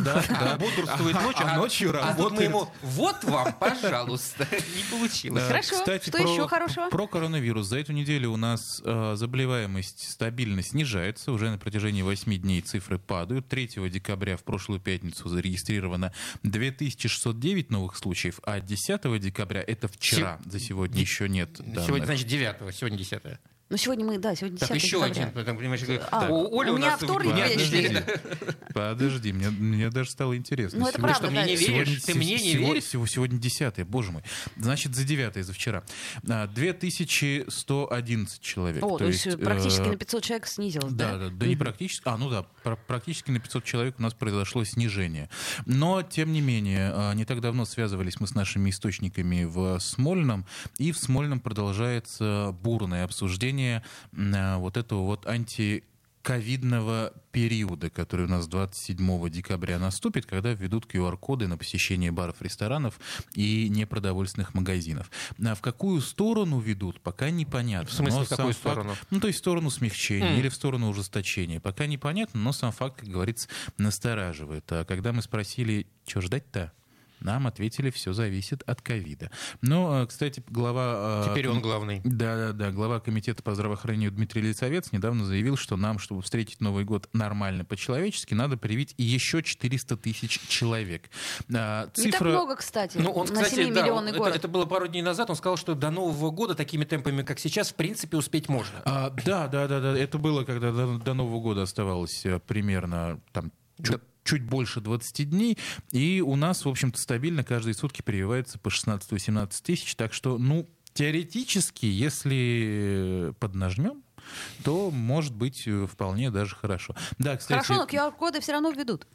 S5: да,
S4: А бодрствует ночью,
S5: а ночью
S4: а тут мы
S5: работает.
S4: ему, вот вам, пожалуйста, не получилось.
S3: Хорошо. Что еще хорошего?
S5: Про коронавирус. За эту неделю у нас э, заболеваемость стабильно снижается. Уже на протяжении 8 дней цифры падают. 3 декабря в прошлую пятницу зарегистрировано 2609 новых случаев, а 10 декабря, это вчера, за сегодня еще нет данных.
S4: Сегодня, значит, 9 сегодня 10
S3: Ну, сегодня мы, да, сегодня 10
S4: Так, еще
S3: декабря.
S4: один, потому, понимаешь,
S3: А,
S4: у Оли
S3: у
S4: у
S3: меня
S4: нас
S3: вторник
S4: дня
S3: вечер.
S4: четыре,
S5: Подожди,
S4: да.
S5: подожди, мне, мне даже стало интересно.
S3: Ну, это
S5: Сегодня-
S4: Ты что, мне не
S3: Правда, да,
S4: веришь? Ты
S5: се-
S4: мне не
S5: сего-
S4: веришь?
S5: сего- сегодня 10 боже мой. Значит, за 9 за вчера. А, 2111 человек.
S3: О, то, есть э,
S5: э,
S3: практически на 500 человек снизилось, да?
S5: да, да, да, не практически. А, ну да, пр- практически на 500 человек у нас произошло снижение. Но, тем не менее, э, не так давно связывались мы с нашими источниками в Смольном, и в Смольном продолжается бурное обсуждение м, э, вот этого вот анти ковидного периода, который у нас 27 декабря наступит, когда введут QR-коды на посещение баров, ресторанов и непродовольственных магазинов. А в какую сторону ведут, пока непонятно.
S4: В смысле,
S5: Но
S4: в какую
S5: сам факт-
S4: сторону?
S5: ну, то есть в сторону смягчения
S4: Мгм.
S5: или в сторону ужесточения. Пока непонятно, но сам факт, как говорится, настораживает. А когда мы спросили, что ждать-то, нам ответили, все зависит от ковида. Но, э, кстати, глава... э,
S4: Теперь он главный.
S5: да, да, да. Глава комитета по здравоохранению Дмитрий Лицовец недавно заявил, что нам, чтобы встретить Новый год нормально по-человечески, надо привить еще 400 тысяч человек. А,
S3: Не так
S5: Цифра...
S3: много, кстати,
S4: Ну, он,
S3: на
S4: кстати, да, он-
S3: 7-миллионный
S4: это,
S3: город.
S4: это было пару дней назад, он сказал, что до Нового года такими темпами, как сейчас, в принципе, успеть можно.
S5: А, да, да, да, да. Это было, когда до, до Нового года оставалось э, примерно там чуть, чуть больше 20 дней. И у нас, в общем-то, стабильно каждые сутки прививается по 16-17 тысяч. Так что, ну, теоретически, если поднажмем, то может быть э, вполне даже хорошо. Да, кстати,
S3: Хорошо, но QR-коды все равно введут.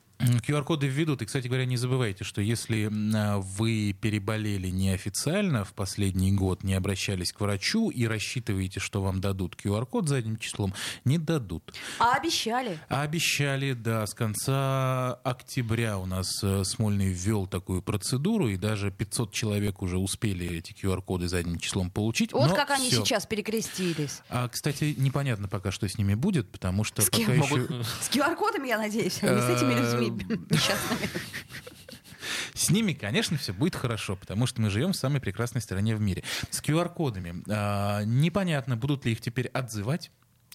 S5: QR-коды введут. И, кстати говоря, не забывайте, что если м, а, вы переболели неофициально в последний год, не обращались к врачу и рассчитываете, что вам дадут QR-код задним числом, не дадут.
S3: А обещали.
S5: А Обещали, да, с конца октября у нас э, Смольный ввел такую процедуру, и даже 500 человек уже успели эти QR-коды задним числом получить.
S3: Вот
S5: но
S3: как они
S5: всё.
S3: сейчас перекрестились.
S5: А, кстати, непонятно пока, что с ними будет, потому что
S3: С кем
S5: пока еще...
S4: Могут-
S3: С QR-кодами, я надеюсь, а не с
S4: Э,
S3: этими людьми несчастными.
S5: С ними, конечно, все будет хорошо, потому что мы живем в самой прекрасной стране в мире. С QR-кодами. а, непонятно, будут ли их теперь отзывать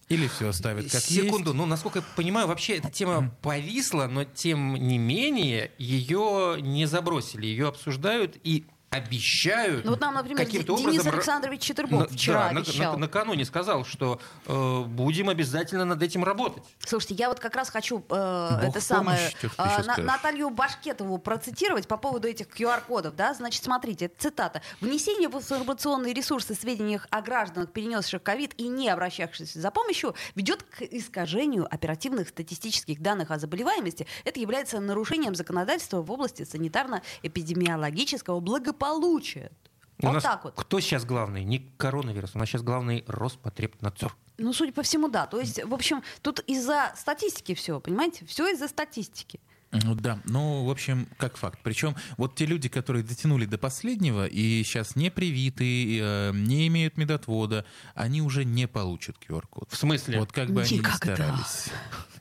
S5: или все оставят как
S4: Секунду, ну, насколько я понимаю, вообще эта тема повисла, но тем не менее ее не забросили, ее обсуждают и обещают.
S3: Ну вот нам, например, Де-
S4: каким-то
S3: Денис
S4: образом ра-
S3: Александрович
S4: На-
S3: Четырбок вчера
S4: да, на-
S3: обещал.
S4: на- накануне сказал, что э, будем обязательно над этим работать.
S3: Слушайте, я вот как раз хочу э,
S5: в
S3: это
S5: помощь,
S3: самое
S5: Ксюх, ты
S3: э,
S5: ещё
S3: На-
S5: скажешь.
S3: Наталью Башкетову процитировать по поводу этих QR-кодов, да? Значит, смотрите, это цитата: "Внесение в информационные ресурсы сведений о гражданах, перенесших ковид и не обращавшихся за помощью, ведет к искажению оперативных статистических данных о заболеваемости. Это является нарушением законодательства в области санитарно-эпидемиологического благополучия".
S4: У
S3: Вот
S4: нас
S3: так вот.
S4: Кто сейчас главный? Не коронавирус, у нас сейчас главный Роспотребнадзор.
S3: Ну, судя по всему, да. То есть, в общем, тут из-за статистики все, понимаете? Все из-за статистики.
S5: Ну Да, ну, в общем, как факт. Причем вот те люди, которые дотянули до последнего и сейчас не привиты, э, не имеют медотвода, они уже не получат QR-код.
S4: В смысле?
S5: Вот как бы они ни
S3: Никогда.
S5: старались.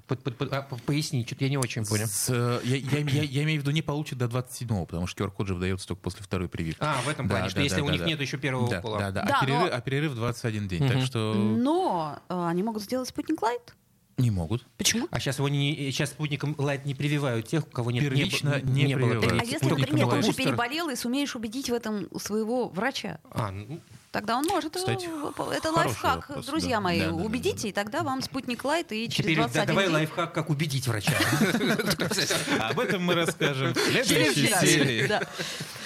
S4: П- п- п- а, п- Поясни, что-то я не очень понял.
S5: С, э, я, я- я- я имею в виду не получат до 27-го, потому что QR-код же выдается только после второй прививки.
S4: А, в этом
S5: Да,
S4: плане, что
S5: да,
S4: если
S5: да,
S4: у
S5: да,
S4: них
S5: да.
S4: нет еще первого
S5: да,
S4: пола.
S5: да, да.
S3: Да,
S5: а, перерыв,
S3: но-
S5: а перерыв 21 день, так
S4: Мгм.
S5: что
S3: Но э, они могут сделать спутник лайт.
S5: не могут.
S3: Почему?
S4: А сейчас его не, сейчас спутником Light не прививают тех, у кого нет
S5: Первично
S4: не, б- не,
S5: Э, не
S4: было.
S5: прививают.
S4: третьего.
S3: А
S5: Спутник
S3: если,
S5: Спутником
S3: например, ты
S5: лайт.
S3: уже
S4: Бустер.
S3: переболел и сумеешь убедить в этом своего врача,
S4: А, ну,
S3: тогда он может. э,
S5: Кстати,
S3: это
S5: хороший
S3: лайфхак,
S5: вопрос,
S3: друзья
S5: да.
S3: мои.
S5: Да, да, да,
S3: убедите, и тогда вам спутник лайт и через
S4: теперь да,
S3: 21
S4: давай
S3: день.
S4: лайфхак, как убедить врача.
S5: Об этом мы расскажем в
S3: Через
S5: следующей
S3: раз.
S5: серии.
S3: Да.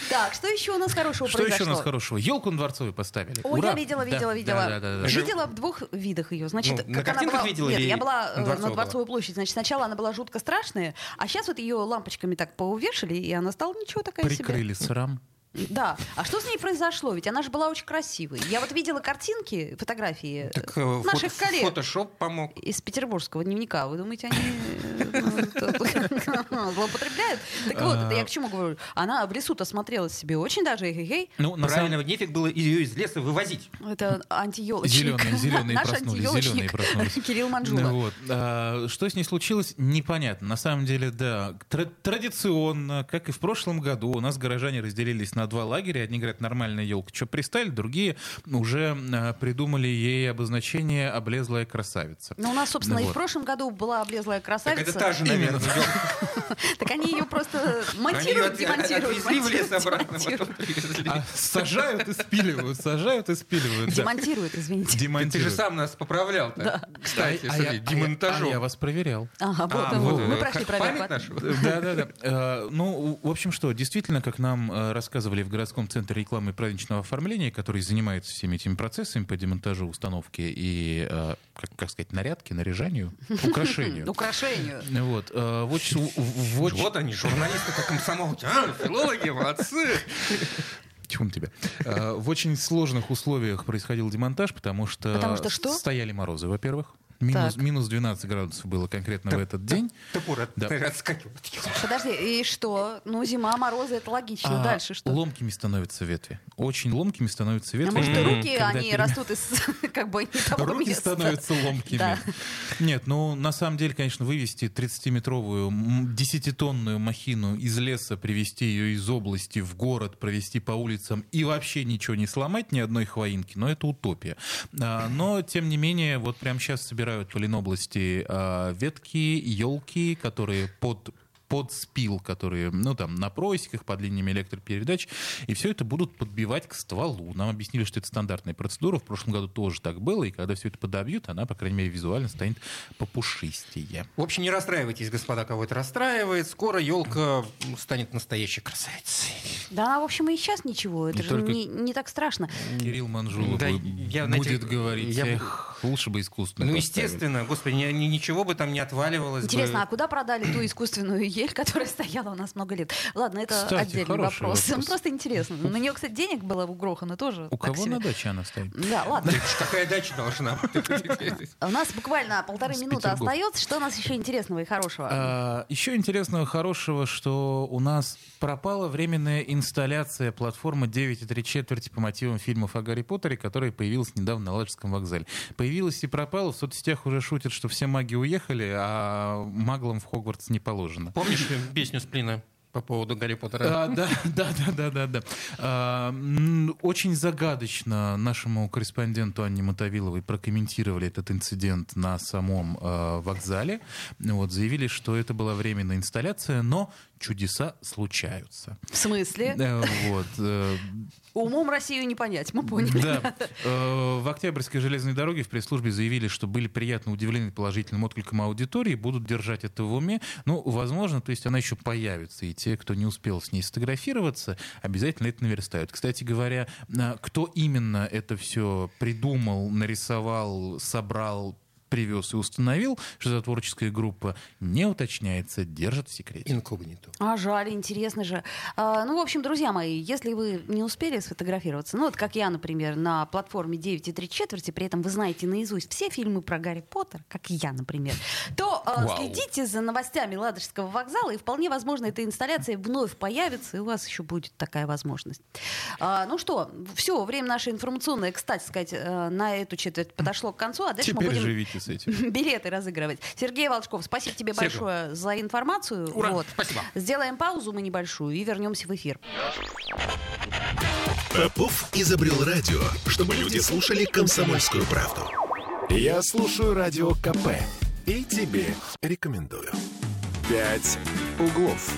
S3: Так, что еще у нас хорошего
S5: Что
S3: произошло?
S5: еще у нас хорошего? Елку на дворцовой поставили.
S3: О,
S5: Ура!
S3: я видела,
S5: Да,
S3: видела,
S5: да,
S3: видела.
S5: да, да, да.
S3: Видела в двух видах ее. Значит,
S4: Ну, на
S3: как она
S4: картинках
S3: была...
S4: видела
S3: Нет,
S4: или
S3: я была э,
S4: на Дворцовой
S3: на Дворцовой площади. Значит, сначала она была жутко страшная, а сейчас вот ее лампочками так поувешали, и она стала ничего такая себе.
S5: Прикрыли срам.
S3: Да. А что с ней произошло? Ведь она же была очень красивой. Я вот видела картинки, фотографии э,
S4: Так, э,
S3: наших
S4: фото-
S3: коллег.
S4: Фотошоп помог.
S3: Из петербургского дневника. Вы думаете, они э, злоупотребляют? Так вот,
S4: А.
S3: это я к чему говорю. Она в лесу-то смотрелась себе очень даже, эй-эй-эй.
S5: Ну, на самом-
S4: Правильно, нефиг было ее из леса вывозить.
S3: Это антиелочник.
S5: Зеленые, зеленые
S3: Наш
S5: проснулись,
S3: антиелочник
S5: зеленые проснулись.
S3: Кирилл Манжула.
S5: Ну вот. А, что с ней случилось, непонятно. На самом деле, да, тра- традиционно, как и в прошлом году, у нас горожане разделились на два лагеря. Одни говорят, нормальная елка, что пристали, другие уже а, придумали ей обозначение «облезлая красавица».
S3: Ну, у нас, собственно,
S5: Ну
S3: и в
S5: вот.
S3: прошлом году была облезлая
S4: Так это
S3: красавица.
S4: та же, наверное. ёлка.
S3: Так они ее просто
S4: Они её
S3: монтируют,
S4: от-
S3: демонтируют.
S4: отвезли в лес
S3: монтируют,
S4: обратно, потом
S3: демонтируют.
S4: привезли.
S5: А, сажают и спиливают, сажают и спиливают. да.
S3: Демонтируют, извините.
S4: Ты
S5: Демонтируют.
S4: же сам нас поправлял Кстати,
S5: А я-
S4: смотри,
S5: а я-
S4: демонтажом.
S5: а я вас проверял.
S3: Ага, вот,
S4: А,
S3: он,
S4: вот,
S3: мы
S4: э,
S3: прошли
S4: как память
S3: проверку.
S4: нашу.
S5: Да, да, да. Э, Ну, в общем, что, действительно, как нам э, рассказывали в городском центре рекламы и праздничного оформления, который занимается всеми этими процессами по демонтажу установки и, э, как, как сказать, нарядки, наряжанию,
S3: Ну,
S5: украшению.
S3: Украшению.
S5: Вот, э, в очень- в- в очень-
S4: Вот они, журналисты как комсомолки. А, филологи, молодцы.
S5: Тьфу на тебя. Э, В очень сложных условиях происходил демонтаж, потому что,
S3: Потому что что?
S5: стояли морозы, во-первых. Минус,
S3: Так.
S5: минус 12 градусов было конкретно в этот день.
S4: Топор от-
S5: Да.
S4: отскакивал.
S3: Подожди, и что? Ну, зима, морозы, это логично.
S5: А,
S3: Дальше что?
S5: Ломкими становятся ветви. Очень ломкими становятся
S3: А
S5: ветви.
S3: может, и
S5: М,
S3: руки,
S5: когда
S3: они
S5: пере-
S3: растут из как бы не того
S5: Руки
S3: места.
S5: становятся ломкими.
S3: Да.
S5: Нет, ну на самом деле, конечно, вывести 30-метровую, м, 10-тонную махину из леса, привести ее из области в город, провести по улицам и вообще ничего не сломать, ни одной хвоинки, но это утопия. А, Но, тем не менее, вот прямо сейчас собирают в Ленобласти а, ветки, елки, которые под под спил, которые, ну, там, на просеках, под линиями электропередач, и все это будут подбивать к стволу. Нам объяснили, что это стандартная процедура, в прошлом году тоже так было, и когда все это подобьют, она, по крайней мере, визуально станет попушистее.
S4: В общем, не расстраивайтесь, господа, кого это расстраивает. Скоро елка станет настоящей красавицей.
S3: Да, в общем, и сейчас ничего, это
S5: И
S3: же
S5: только-
S3: не, не так страшно.
S5: Кирилл Манжула
S4: Да,
S5: бу-
S4: я,
S5: будет
S4: знаете,
S5: говорить,
S4: я бу-
S5: «Эх, лучше бы искусственно
S4: Ну,
S5: поставили».
S4: естественно, господи, ни- ни- ничего бы там не отваливалось. бы.
S3: Интересно, а куда продали ту искусственную ель, которая стояла у нас много лет? Ладно, это
S5: Кстати,
S3: отдельный
S5: хороший
S3: вопрос. Ну,
S5: вопрос.
S3: Просто интересно. На нее, кстати, денег было угрохано тоже.
S5: У
S3: так
S5: кого
S3: себе.
S5: на даче она стоит?
S3: Да, ладно.
S4: Уж Какая дача должна быть?
S3: У нас буквально полторы
S5: С
S3: минуты
S5: Петергоф.
S3: остается. Что у нас еще интересного и хорошего?
S5: А, Еще интересного, хорошего, что у нас пропала временная инсталляция платформы 9,3 четверти по мотивам фильмов о Гарри Поттере, которая появилась недавно на Ладожском вокзале. Появилась и пропала, в соцсетях уже шутят, что все маги уехали, а маглам в Хогвартс не положено.
S4: Помнишь э, песню Сплина по поводу Гарри Поттера?
S5: А, да, да, да, да, да, да. А, м, очень загадочно нашему корреспонденту Анне Мотовиловой прокомментировали этот инцидент на самом э, вокзале. Ну Вот, заявили, что это была временная инсталляция, но чудеса случаются.
S3: В смысле?
S5: Э, Вот. э,
S3: Умом Россию не понять, мы поняли.
S5: да. Э, В Октябрьской железной дороге в пресс-службе заявили, что были приятно удивлены положительным откликом аудитории, будут держать это в уме. Ну, возможно, то есть она еще появится, и те, кто не успел с ней сфотографироваться, обязательно это наверстают. Кстати говоря, э, кто именно это все придумал, нарисовал, собрал, привез и установил, что за творческая группа, не уточняется, держит в секрете.
S4: Инкогнито.
S3: А жаль, интересно же. А, ну, в общем, друзья мои, если вы не успели сфотографироваться, ну вот как я, например, на платформе 9 и 3 четверти, при этом вы знаете наизусть все фильмы про Гарри Поттер, как и я, например, то а,
S4: Вау.
S3: следите за новостями Ладожского вокзала, и вполне возможно, эта инсталляция вновь появится, и у вас еще будет такая возможность. А, ну что, все, время наше информационное, кстати сказать, э, на эту четверть подошло к концу, а дальше мы
S5: Теперь
S3: будем
S5: живите с этим.
S3: билеты разыгрывать. Сергей Волчков, спасибо тебе
S4: Сережа.
S3: большое за информацию.
S4: Ура,
S3: Вот.
S4: спасибо.
S3: Сделаем паузу мы небольшую и вернемся в эфир.
S1: Попов изобрел радио, чтобы люди слушали комсомольскую правду.
S2: Я слушаю Радио КП и тебе рекомендую. «Пять углов».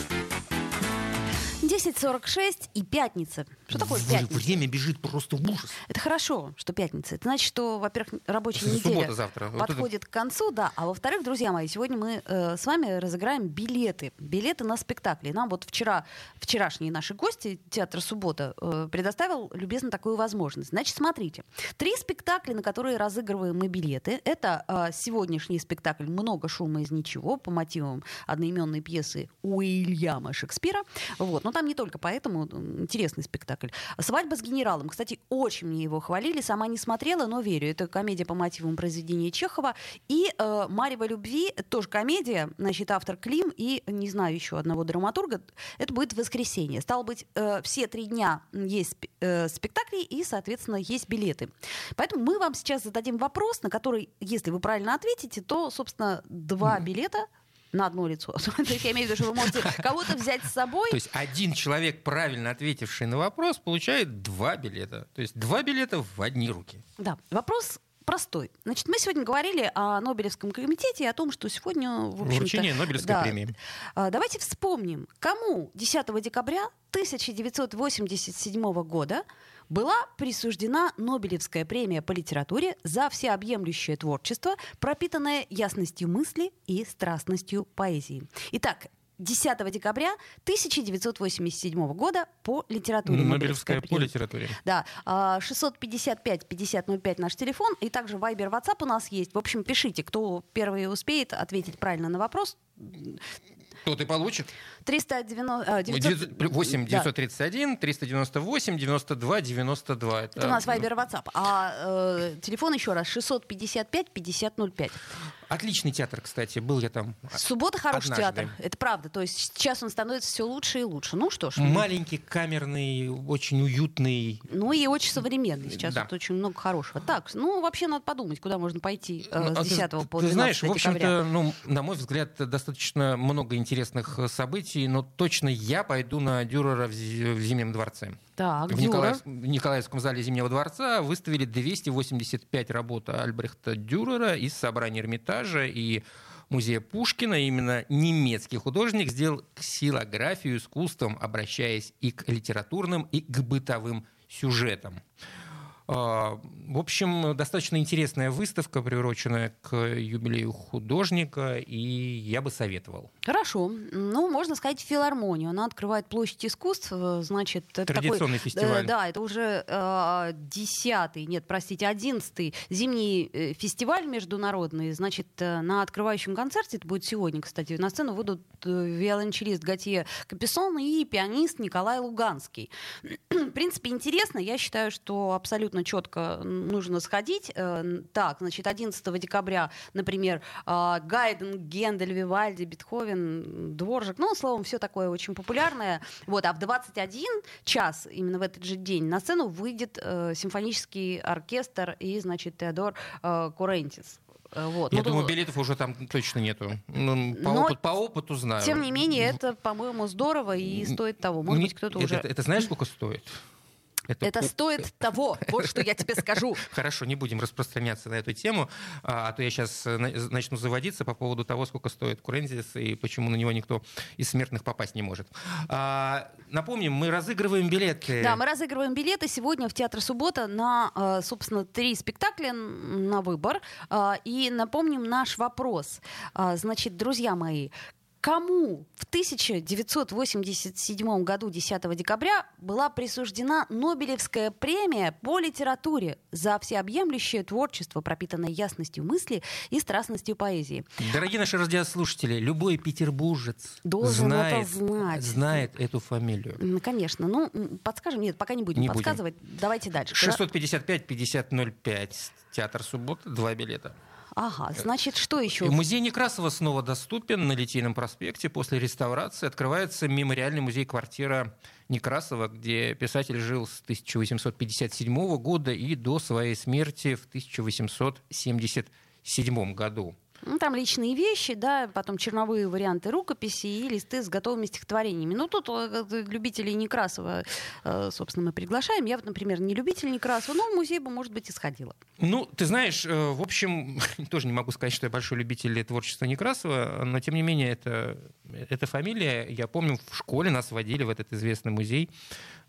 S3: 10.46 и пятница. Что такое пятница?
S4: Время бежит просто в ужас.
S3: Это хорошо, что пятница. Это значит, что, во-первых, рабочая
S4: С- Суббота
S3: неделя
S4: завтра. Вот это-
S3: подходит к концу, да. А во-вторых, друзья мои, сегодня мы э, с вами разыграем билеты. Билеты на спектакли. Нам вот вчера, вчерашние наши гости театра э, «Суббота» э, предоставил любезно такую возможность. Значит, смотрите. Три спектакля, на которые разыгрываем мы билеты. Это э, сегодняшний спектакль «Много шума из ничего» по мотивам одноименной пьесы Уильяма Шекспира. Вот. Но там не только поэтому. м, Интересный спектакль. «Свадьба с генералом». Кстати, очень мне его хвалили. Сама не смотрела, но верю. Это комедия по мотивам произведения Чехова. И э, «Марево любви» тоже комедия. Значит, автор Клим и, не знаю, еще одного драматурга. Это будет воскресенье. Стало быть, э, все три дня есть спе- э, спектакли и, соответственно, есть билеты. Поэтому мы вам сейчас зададим вопрос, на который, если вы правильно ответите, то, собственно, два билета на одно лицо. То есть я имею в виду, что вы можете кого-то взять с собой.
S4: То есть один человек, правильно ответивший на вопрос, получает два билета. То есть два билета в одни руки.
S3: Да, вопрос простой. Значит, мы сегодня говорили о Нобелевском комитете и о том, что сегодня... В общем-то,
S4: Вручение Нобелевской
S3: да.
S4: премии.
S3: А, Давайте вспомним, кому 10 декабря 1987 года была присуждена Нобелевская премия по литературе за всеобъемлющее творчество, пропитанное ясностью мысли и страстностью поэзии. Итак, 10 декабря 1987 года по литературе. Нобелевская,
S4: Нобелевская по
S3: премия.
S4: литературе.
S3: Да, а, 655-5005 наш телефон, и также Viber, WhatsApp у нас есть. В общем, пишите, кто первый успеет ответить правильно на вопрос.
S4: Тот и получит.
S3: 390... а, 900
S4: 8
S3: да,
S4: 931 398 92 92.
S3: Это у нас Viber, WhatsApp. А э, телефон еще раз 655-5005.
S4: Отличный театр, кстати. Был я там.
S3: Суббота хороший
S4: Однажды.
S3: театр. Это правда. То есть сейчас он становится все лучше и лучше. Ну что ж.
S4: Маленький, камерный, очень уютный.
S3: Ну и очень современный. Сейчас
S4: Да.
S3: вот очень много хорошего. Так, ну вообще надо подумать, куда можно пойти э,
S4: Ну, а
S3: с
S4: ты-
S3: 10 по 12
S4: Ты знаешь, в
S3: декабря.
S4: общем-то, ну, на мой взгляд, достаточно много интересных э, событий, но точно я пойду на Дюрера в Зи- в Зимнем дворце.
S3: Так,
S4: в,
S3: Дюра.
S4: Николаевс- в Николаевском зале Зимнего дворца выставили 285 работ Альбрехта Дюрера из собрания Эрмитажа и музея Пушкина именно немецкий художник сделал ксилографию искусством, обращаясь и к литературным, и к бытовым сюжетам. А, В общем, достаточно интересная выставка, приуроченная к юбилею художника, и я бы советовал.
S3: Хорошо. Ну, можно сказать, филармонию. Она открывает площадь искусств, э, значит... это
S4: Традиционный
S3: такой,
S4: фестиваль.
S3: э, Да, это уже э, десятый, нет, простите, одиннадцатый зимний э, фестиваль международный. Значит, э, на открывающем концерте, это будет сегодня, кстати, на сцену выйдут э, виолончелист Готье Капюсон и пианист Николай Луганский. в принципе, интересно. Я считаю, что абсолютно четко нужно сходить. Э, Так, значит, 11 декабря, например, а, Гайден, Гендель, Вивальди, Бетховен, Дворжик. Ну, словом, все такое очень популярное. Вот, а в 21 час, именно в этот же день, на сцену выйдет э, симфонический оркестр и, значит, Теодор э, Курентис. Э, Вот.
S4: Я
S3: Ну,
S4: думаю,
S3: то-
S4: билетов уже там точно нету. Ну, По,
S3: Но-
S4: опыт- по опыту знаю.
S3: Тем не менее, это, по-моему, здорово и
S4: М,
S3: стоит того. Может
S4: ну, Не-
S3: быть, кто-то
S4: это,
S3: уже...
S4: Это, знаешь, сколько стоит?
S3: Это
S4: у-
S3: стоит того, вот что я тебе скажу.
S4: Хорошо, не будем распространяться на эту тему, а а то я сейчас начну заводиться по поводу того, сколько стоит Курензис и почему на него никто из смертных попасть не может. А, напомним, мы разыгрываем билеты.
S3: Да, мы разыгрываем билеты сегодня в Театр Суббота на, э, собственно, три спектакля н- на выбор. А, И напомним наш вопрос. А, Значит, друзья мои, Кому в 1987 году, 10 декабря, была присуждена Нобелевская премия по литературе за всеобъемлющее творчество, пропитанное ясностью мысли и страстностью поэзии?
S4: Дорогие наши радиослушатели, любой петербуржец
S3: Должен
S4: знает,
S3: это знать.
S4: знает эту фамилию.
S3: М, Конечно, ну, м, подскажем, нет, пока не будем
S4: Не будем.
S3: подсказывать. Давайте дальше.
S4: 655-5005, театр суббота, два билета.
S3: Ага, значит, что еще?
S4: И Музей Некрасова снова доступен на Литейном проспекте. После реставрации открывается мемориальный музей-квартира Некрасова, где писатель жил с 1857 года и до своей смерти в 1877 году.
S3: Ну, там личные вещи, да, потом черновые варианты рукописи и листы с готовыми стихотворениями. Ну, тут э, э, любителей Некрасова, э, собственно, мы приглашаем. Я, вот, например, не любитель Некрасова, но в музей бы, может быть, и сходила.
S4: Ну, ты знаешь, э, в общем, тоже не могу сказать, что я большой любитель творчества Некрасова, но тем не менее это, это фамилия. Я помню, в школе нас водили в этот известный музей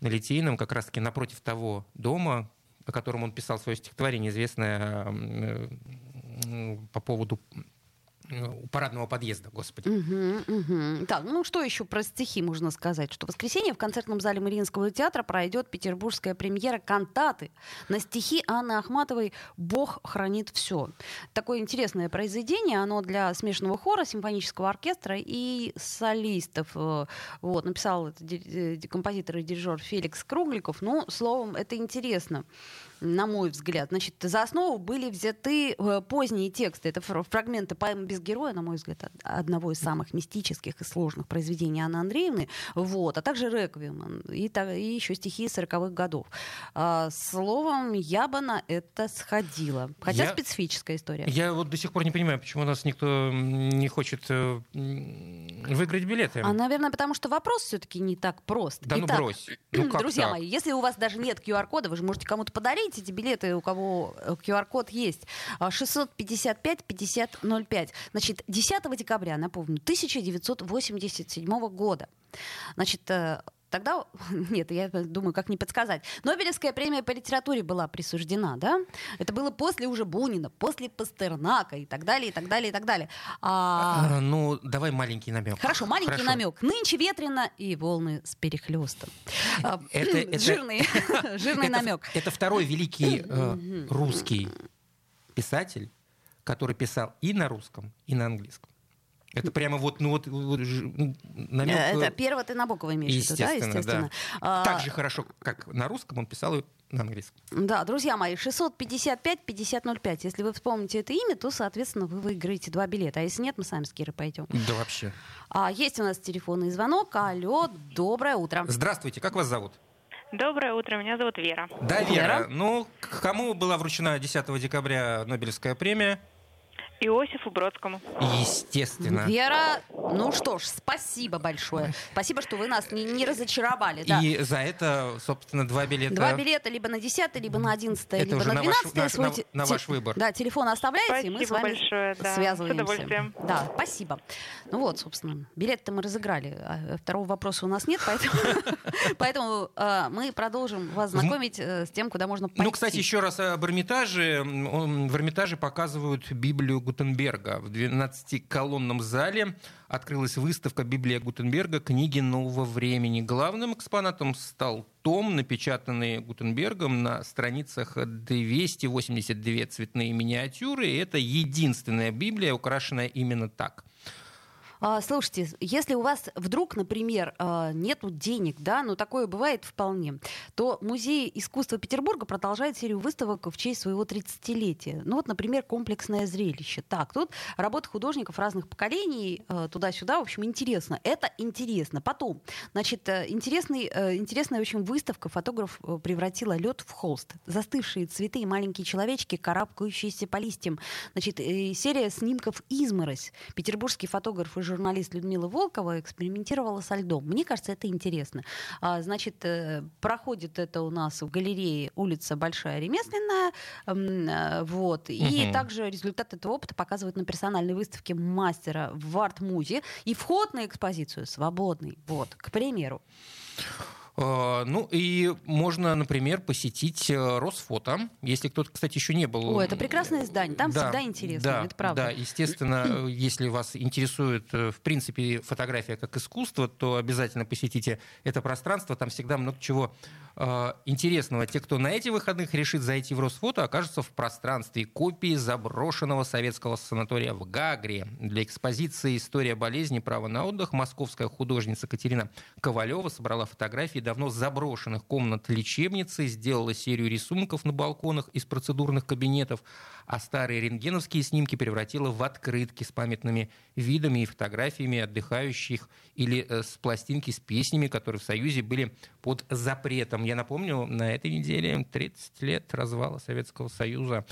S4: на Литейном, как раз-таки напротив того дома, о котором он писал свое стихотворение, известное э, м, по поводу э, у парадного подъезда, господи.
S3: Мгм, мгм. Так, ну что еще про стихи можно сказать? Что в воскресенье в концертном зале Мариинского театра пройдет петербургская премьера «Кантаты» на стихи Анны Ахматовой «Бог хранит все». Такое интересное произведение, оно для смешанного хора, симфонического оркестра и солистов. Э, Вот, написал это ди- э, композитор и дирижер Феликс Кругликов. Ну, словом, это интересно на мой взгляд. Значит, за основу были взяты э, поздние тексты. Это фр- фрагменты поэмы «Без героя», на мой взгляд, од- одного из самых мистических и сложных произведений Анны Андреевны. Вот. А также «Реквием» и, та- и еще стихи 40-х годов. А, словом, я бы на это сходила. Хотя
S4: Я-
S3: специфическая история.
S4: Я вот до сих пор не понимаю, почему у нас никто м, не хочет э, м, выиграть билеты.
S3: А, наверное, потому что вопрос все-таки не так прост.
S4: Да ну
S3: Итак,
S4: брось. Ну как
S3: Друзья
S4: так?
S3: мои, если у вас даже нет QR-кода, вы же можете кому-то подарить эти билеты, у кого э, QR-код есть. А, 655-5005. Значит, 10 декабря, напомню, 1987 года. Значит, э, тогда... Нет, я думаю, как не подсказать. Нобелевская премия по литературе была присуждена, да? Это было после уже Бунина, после Пастернака и так далее, и так далее, и так далее. А-
S4: А, ну, давай маленький намек.
S3: Хорошо, маленький намек. Нынче ветрено и волны с перехлестом. А,
S4: Э, Это- это-
S3: Жирный, жирный
S4: это,
S3: намек.
S4: Это второй великий э, русский писатель, который писал и на русском, и на английском. Это прямо вот, ну вот, вот ж- ну, намек.
S3: Э,
S4: э,
S3: Это первое ты Набокова имеешь в виду, да,
S4: Естественно, да.
S3: естественно. А,
S4: Так же хорошо, как на русском он писал и на английском.
S3: Да, друзья мои, 655-5005. Если вы вспомните это имя, то, соответственно, вы выиграете два билета. А если нет, мы сами с Кирой пойдем.
S4: Да вообще.
S3: А, есть у нас телефонный звонок. Алло, доброе утро.
S4: Здравствуйте, как вас зовут?
S6: Доброе утро, меня зовут Вера.
S4: Да,
S3: Вера.
S4: Вера. Ну, к кому была вручена 10 декабря Нобелевская премия?
S6: Иосифу Бродскому.
S4: Естественно.
S3: Вера, ну что ж, спасибо большое. Спасибо, что вы нас не, не разочаровали. да.
S4: И за это, собственно, два билета.
S3: Два билета либо на 10, либо на 11,
S4: Это
S3: либо
S4: уже
S3: на
S4: на ваш-
S3: 12.
S4: на-
S3: свой
S4: на-
S3: те-
S4: на
S3: те-
S4: ваш выбор.
S3: Да, телефон оставляйте, и мы с
S6: Спасибо
S3: вами
S6: большое, да, с
S3: связываемся.
S6: удовольствием.
S3: Да, спасибо. Ну вот, собственно, билет-то мы разыграли. а второго вопроса у нас нет, поэтому, поэтому э, мы продолжим вас
S4: Мгм.
S3: знакомить э, с тем, куда можно пойти.
S4: Ну, кстати, еще раз об Эрмитаже. М, он- В Эрмитаже показывают Библию Гутенберга. В 12-колонном зале открылась выставка «Библия Гутенберга. Книги нового времени». Главным экспонатом стал том, напечатанный Гутенбергом на страницах 282 цветные миниатюры. И это единственная Библия, украшенная именно так.
S3: А, слушайте, если у вас вдруг, например, а, нету денег, да, ну такое бывает вполне, то музей искусства Петербурга продолжает серию выставок в честь своего 30-летия. Ну вот, например, комплексное зрелище. Так, тут работы художников разных поколений э, туда-сюда, в общем, интересно. Это интересно. Потом, значит, э, интересный, э, интересная очень выставка. Фотограф э, превратила лед в холст. Застывшие цветы и маленькие человечки, карабкающиеся по листьям. Значит, э, серия снимков «Изморозь». Петербургский фотограф и журналист Людмила Волкова экспериментировала со льдом. Мне кажется, это интересно. А, Значит, э, проходит это у нас в галерее улица Большая Ремесленная. м, э, Вот. И
S4: Мгм.
S3: также результат этого опыта показывают на персональной выставке мастера в арт-музе. И вход на экспозицию свободный. Вот, к примеру.
S4: Э, Ну и можно, например, посетить э, Росфото, если кто-то, кстати, еще не был.
S3: О, это прекрасное здание. Там всегда интересно.
S4: да,
S3: это правда.
S4: Да, естественно, э, если вас интересует, э, в принципе, фотография как искусство, то обязательно посетите это пространство. Там всегда много чего э, интересного. Те, кто на эти выходных решит зайти в Росфото, окажутся в пространстве копии заброшенного советского санатория в Гагре. Для экспозиции «История болезни. Право на отдых» московская художница Катерина Ковалева собрала фотографии давно заброшенных комнат лечебницы, сделала серию рисунков на балконах из процедурных кабинетов, а старые рентгеновские снимки превратила в открытки с памятными видами и фотографиями отдыхающих или э, с пластинки с песнями, которые в Союзе были под запретом. Я напомню, на этой неделе 30 лет развала Советского Союза.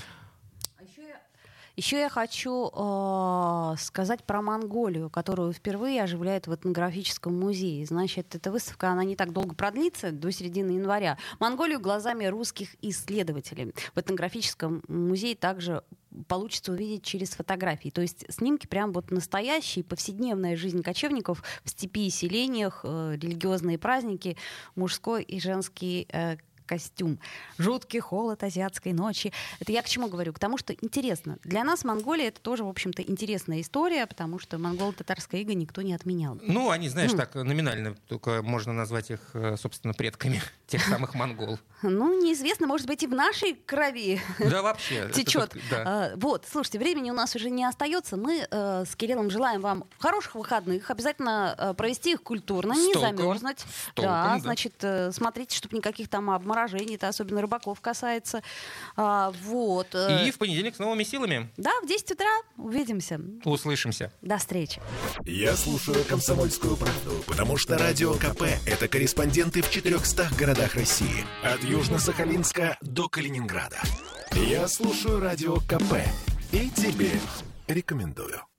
S3: Еще я хочу э, сказать про Монголию, которую впервые оживляют в этнографическом музее. Значит, эта выставка, она не так долго продлится, до середины января. Монголию глазами русских исследователей. В этнографическом музее также получится увидеть через фотографии. То есть снимки прям вот настоящие, повседневная жизнь кочевников в степи и селениях, э, религиозные праздники, мужской и женский э, костюм. Жуткий холод азиатской ночи. Это я к чему говорю? К тому, что интересно. Для нас Монголия это тоже, в общем-то, интересная история, потому что монголо-татарское иго никто не отменял.
S4: Ну, они, знаешь,
S3: М.
S4: так номинально, только можно назвать их, э, собственно, предками тех самых монгол.
S3: Ну, неизвестно, может быть, и в нашей крови
S4: Да, вообще. это
S3: течет.
S4: тут, да.
S3: А, Вот, слушайте, времени у нас уже не остается. Мы э, с Кириллом желаем вам хороших выходных, обязательно э, провести их культурно,
S4: С
S3: не
S4: толком.
S3: замерзнуть.
S4: С толком,
S3: Да,
S4: да.
S3: значит, э, смотрите, чтобы никаких там обморожений, это особенно рыбаков касается. А, Вот. э,
S4: И в понедельник с новыми силами
S3: Да, в 10 утра увидимся.
S4: услышимся.
S3: До встречи.
S2: Я слушаю «Комсомольскую правду»,
S1: Потому что Радио КП – это корреспонденты в 400 городах России.
S2: От Южно-Сахалинска до Калининграда. Я слушаю радио КП и тебе рекомендую.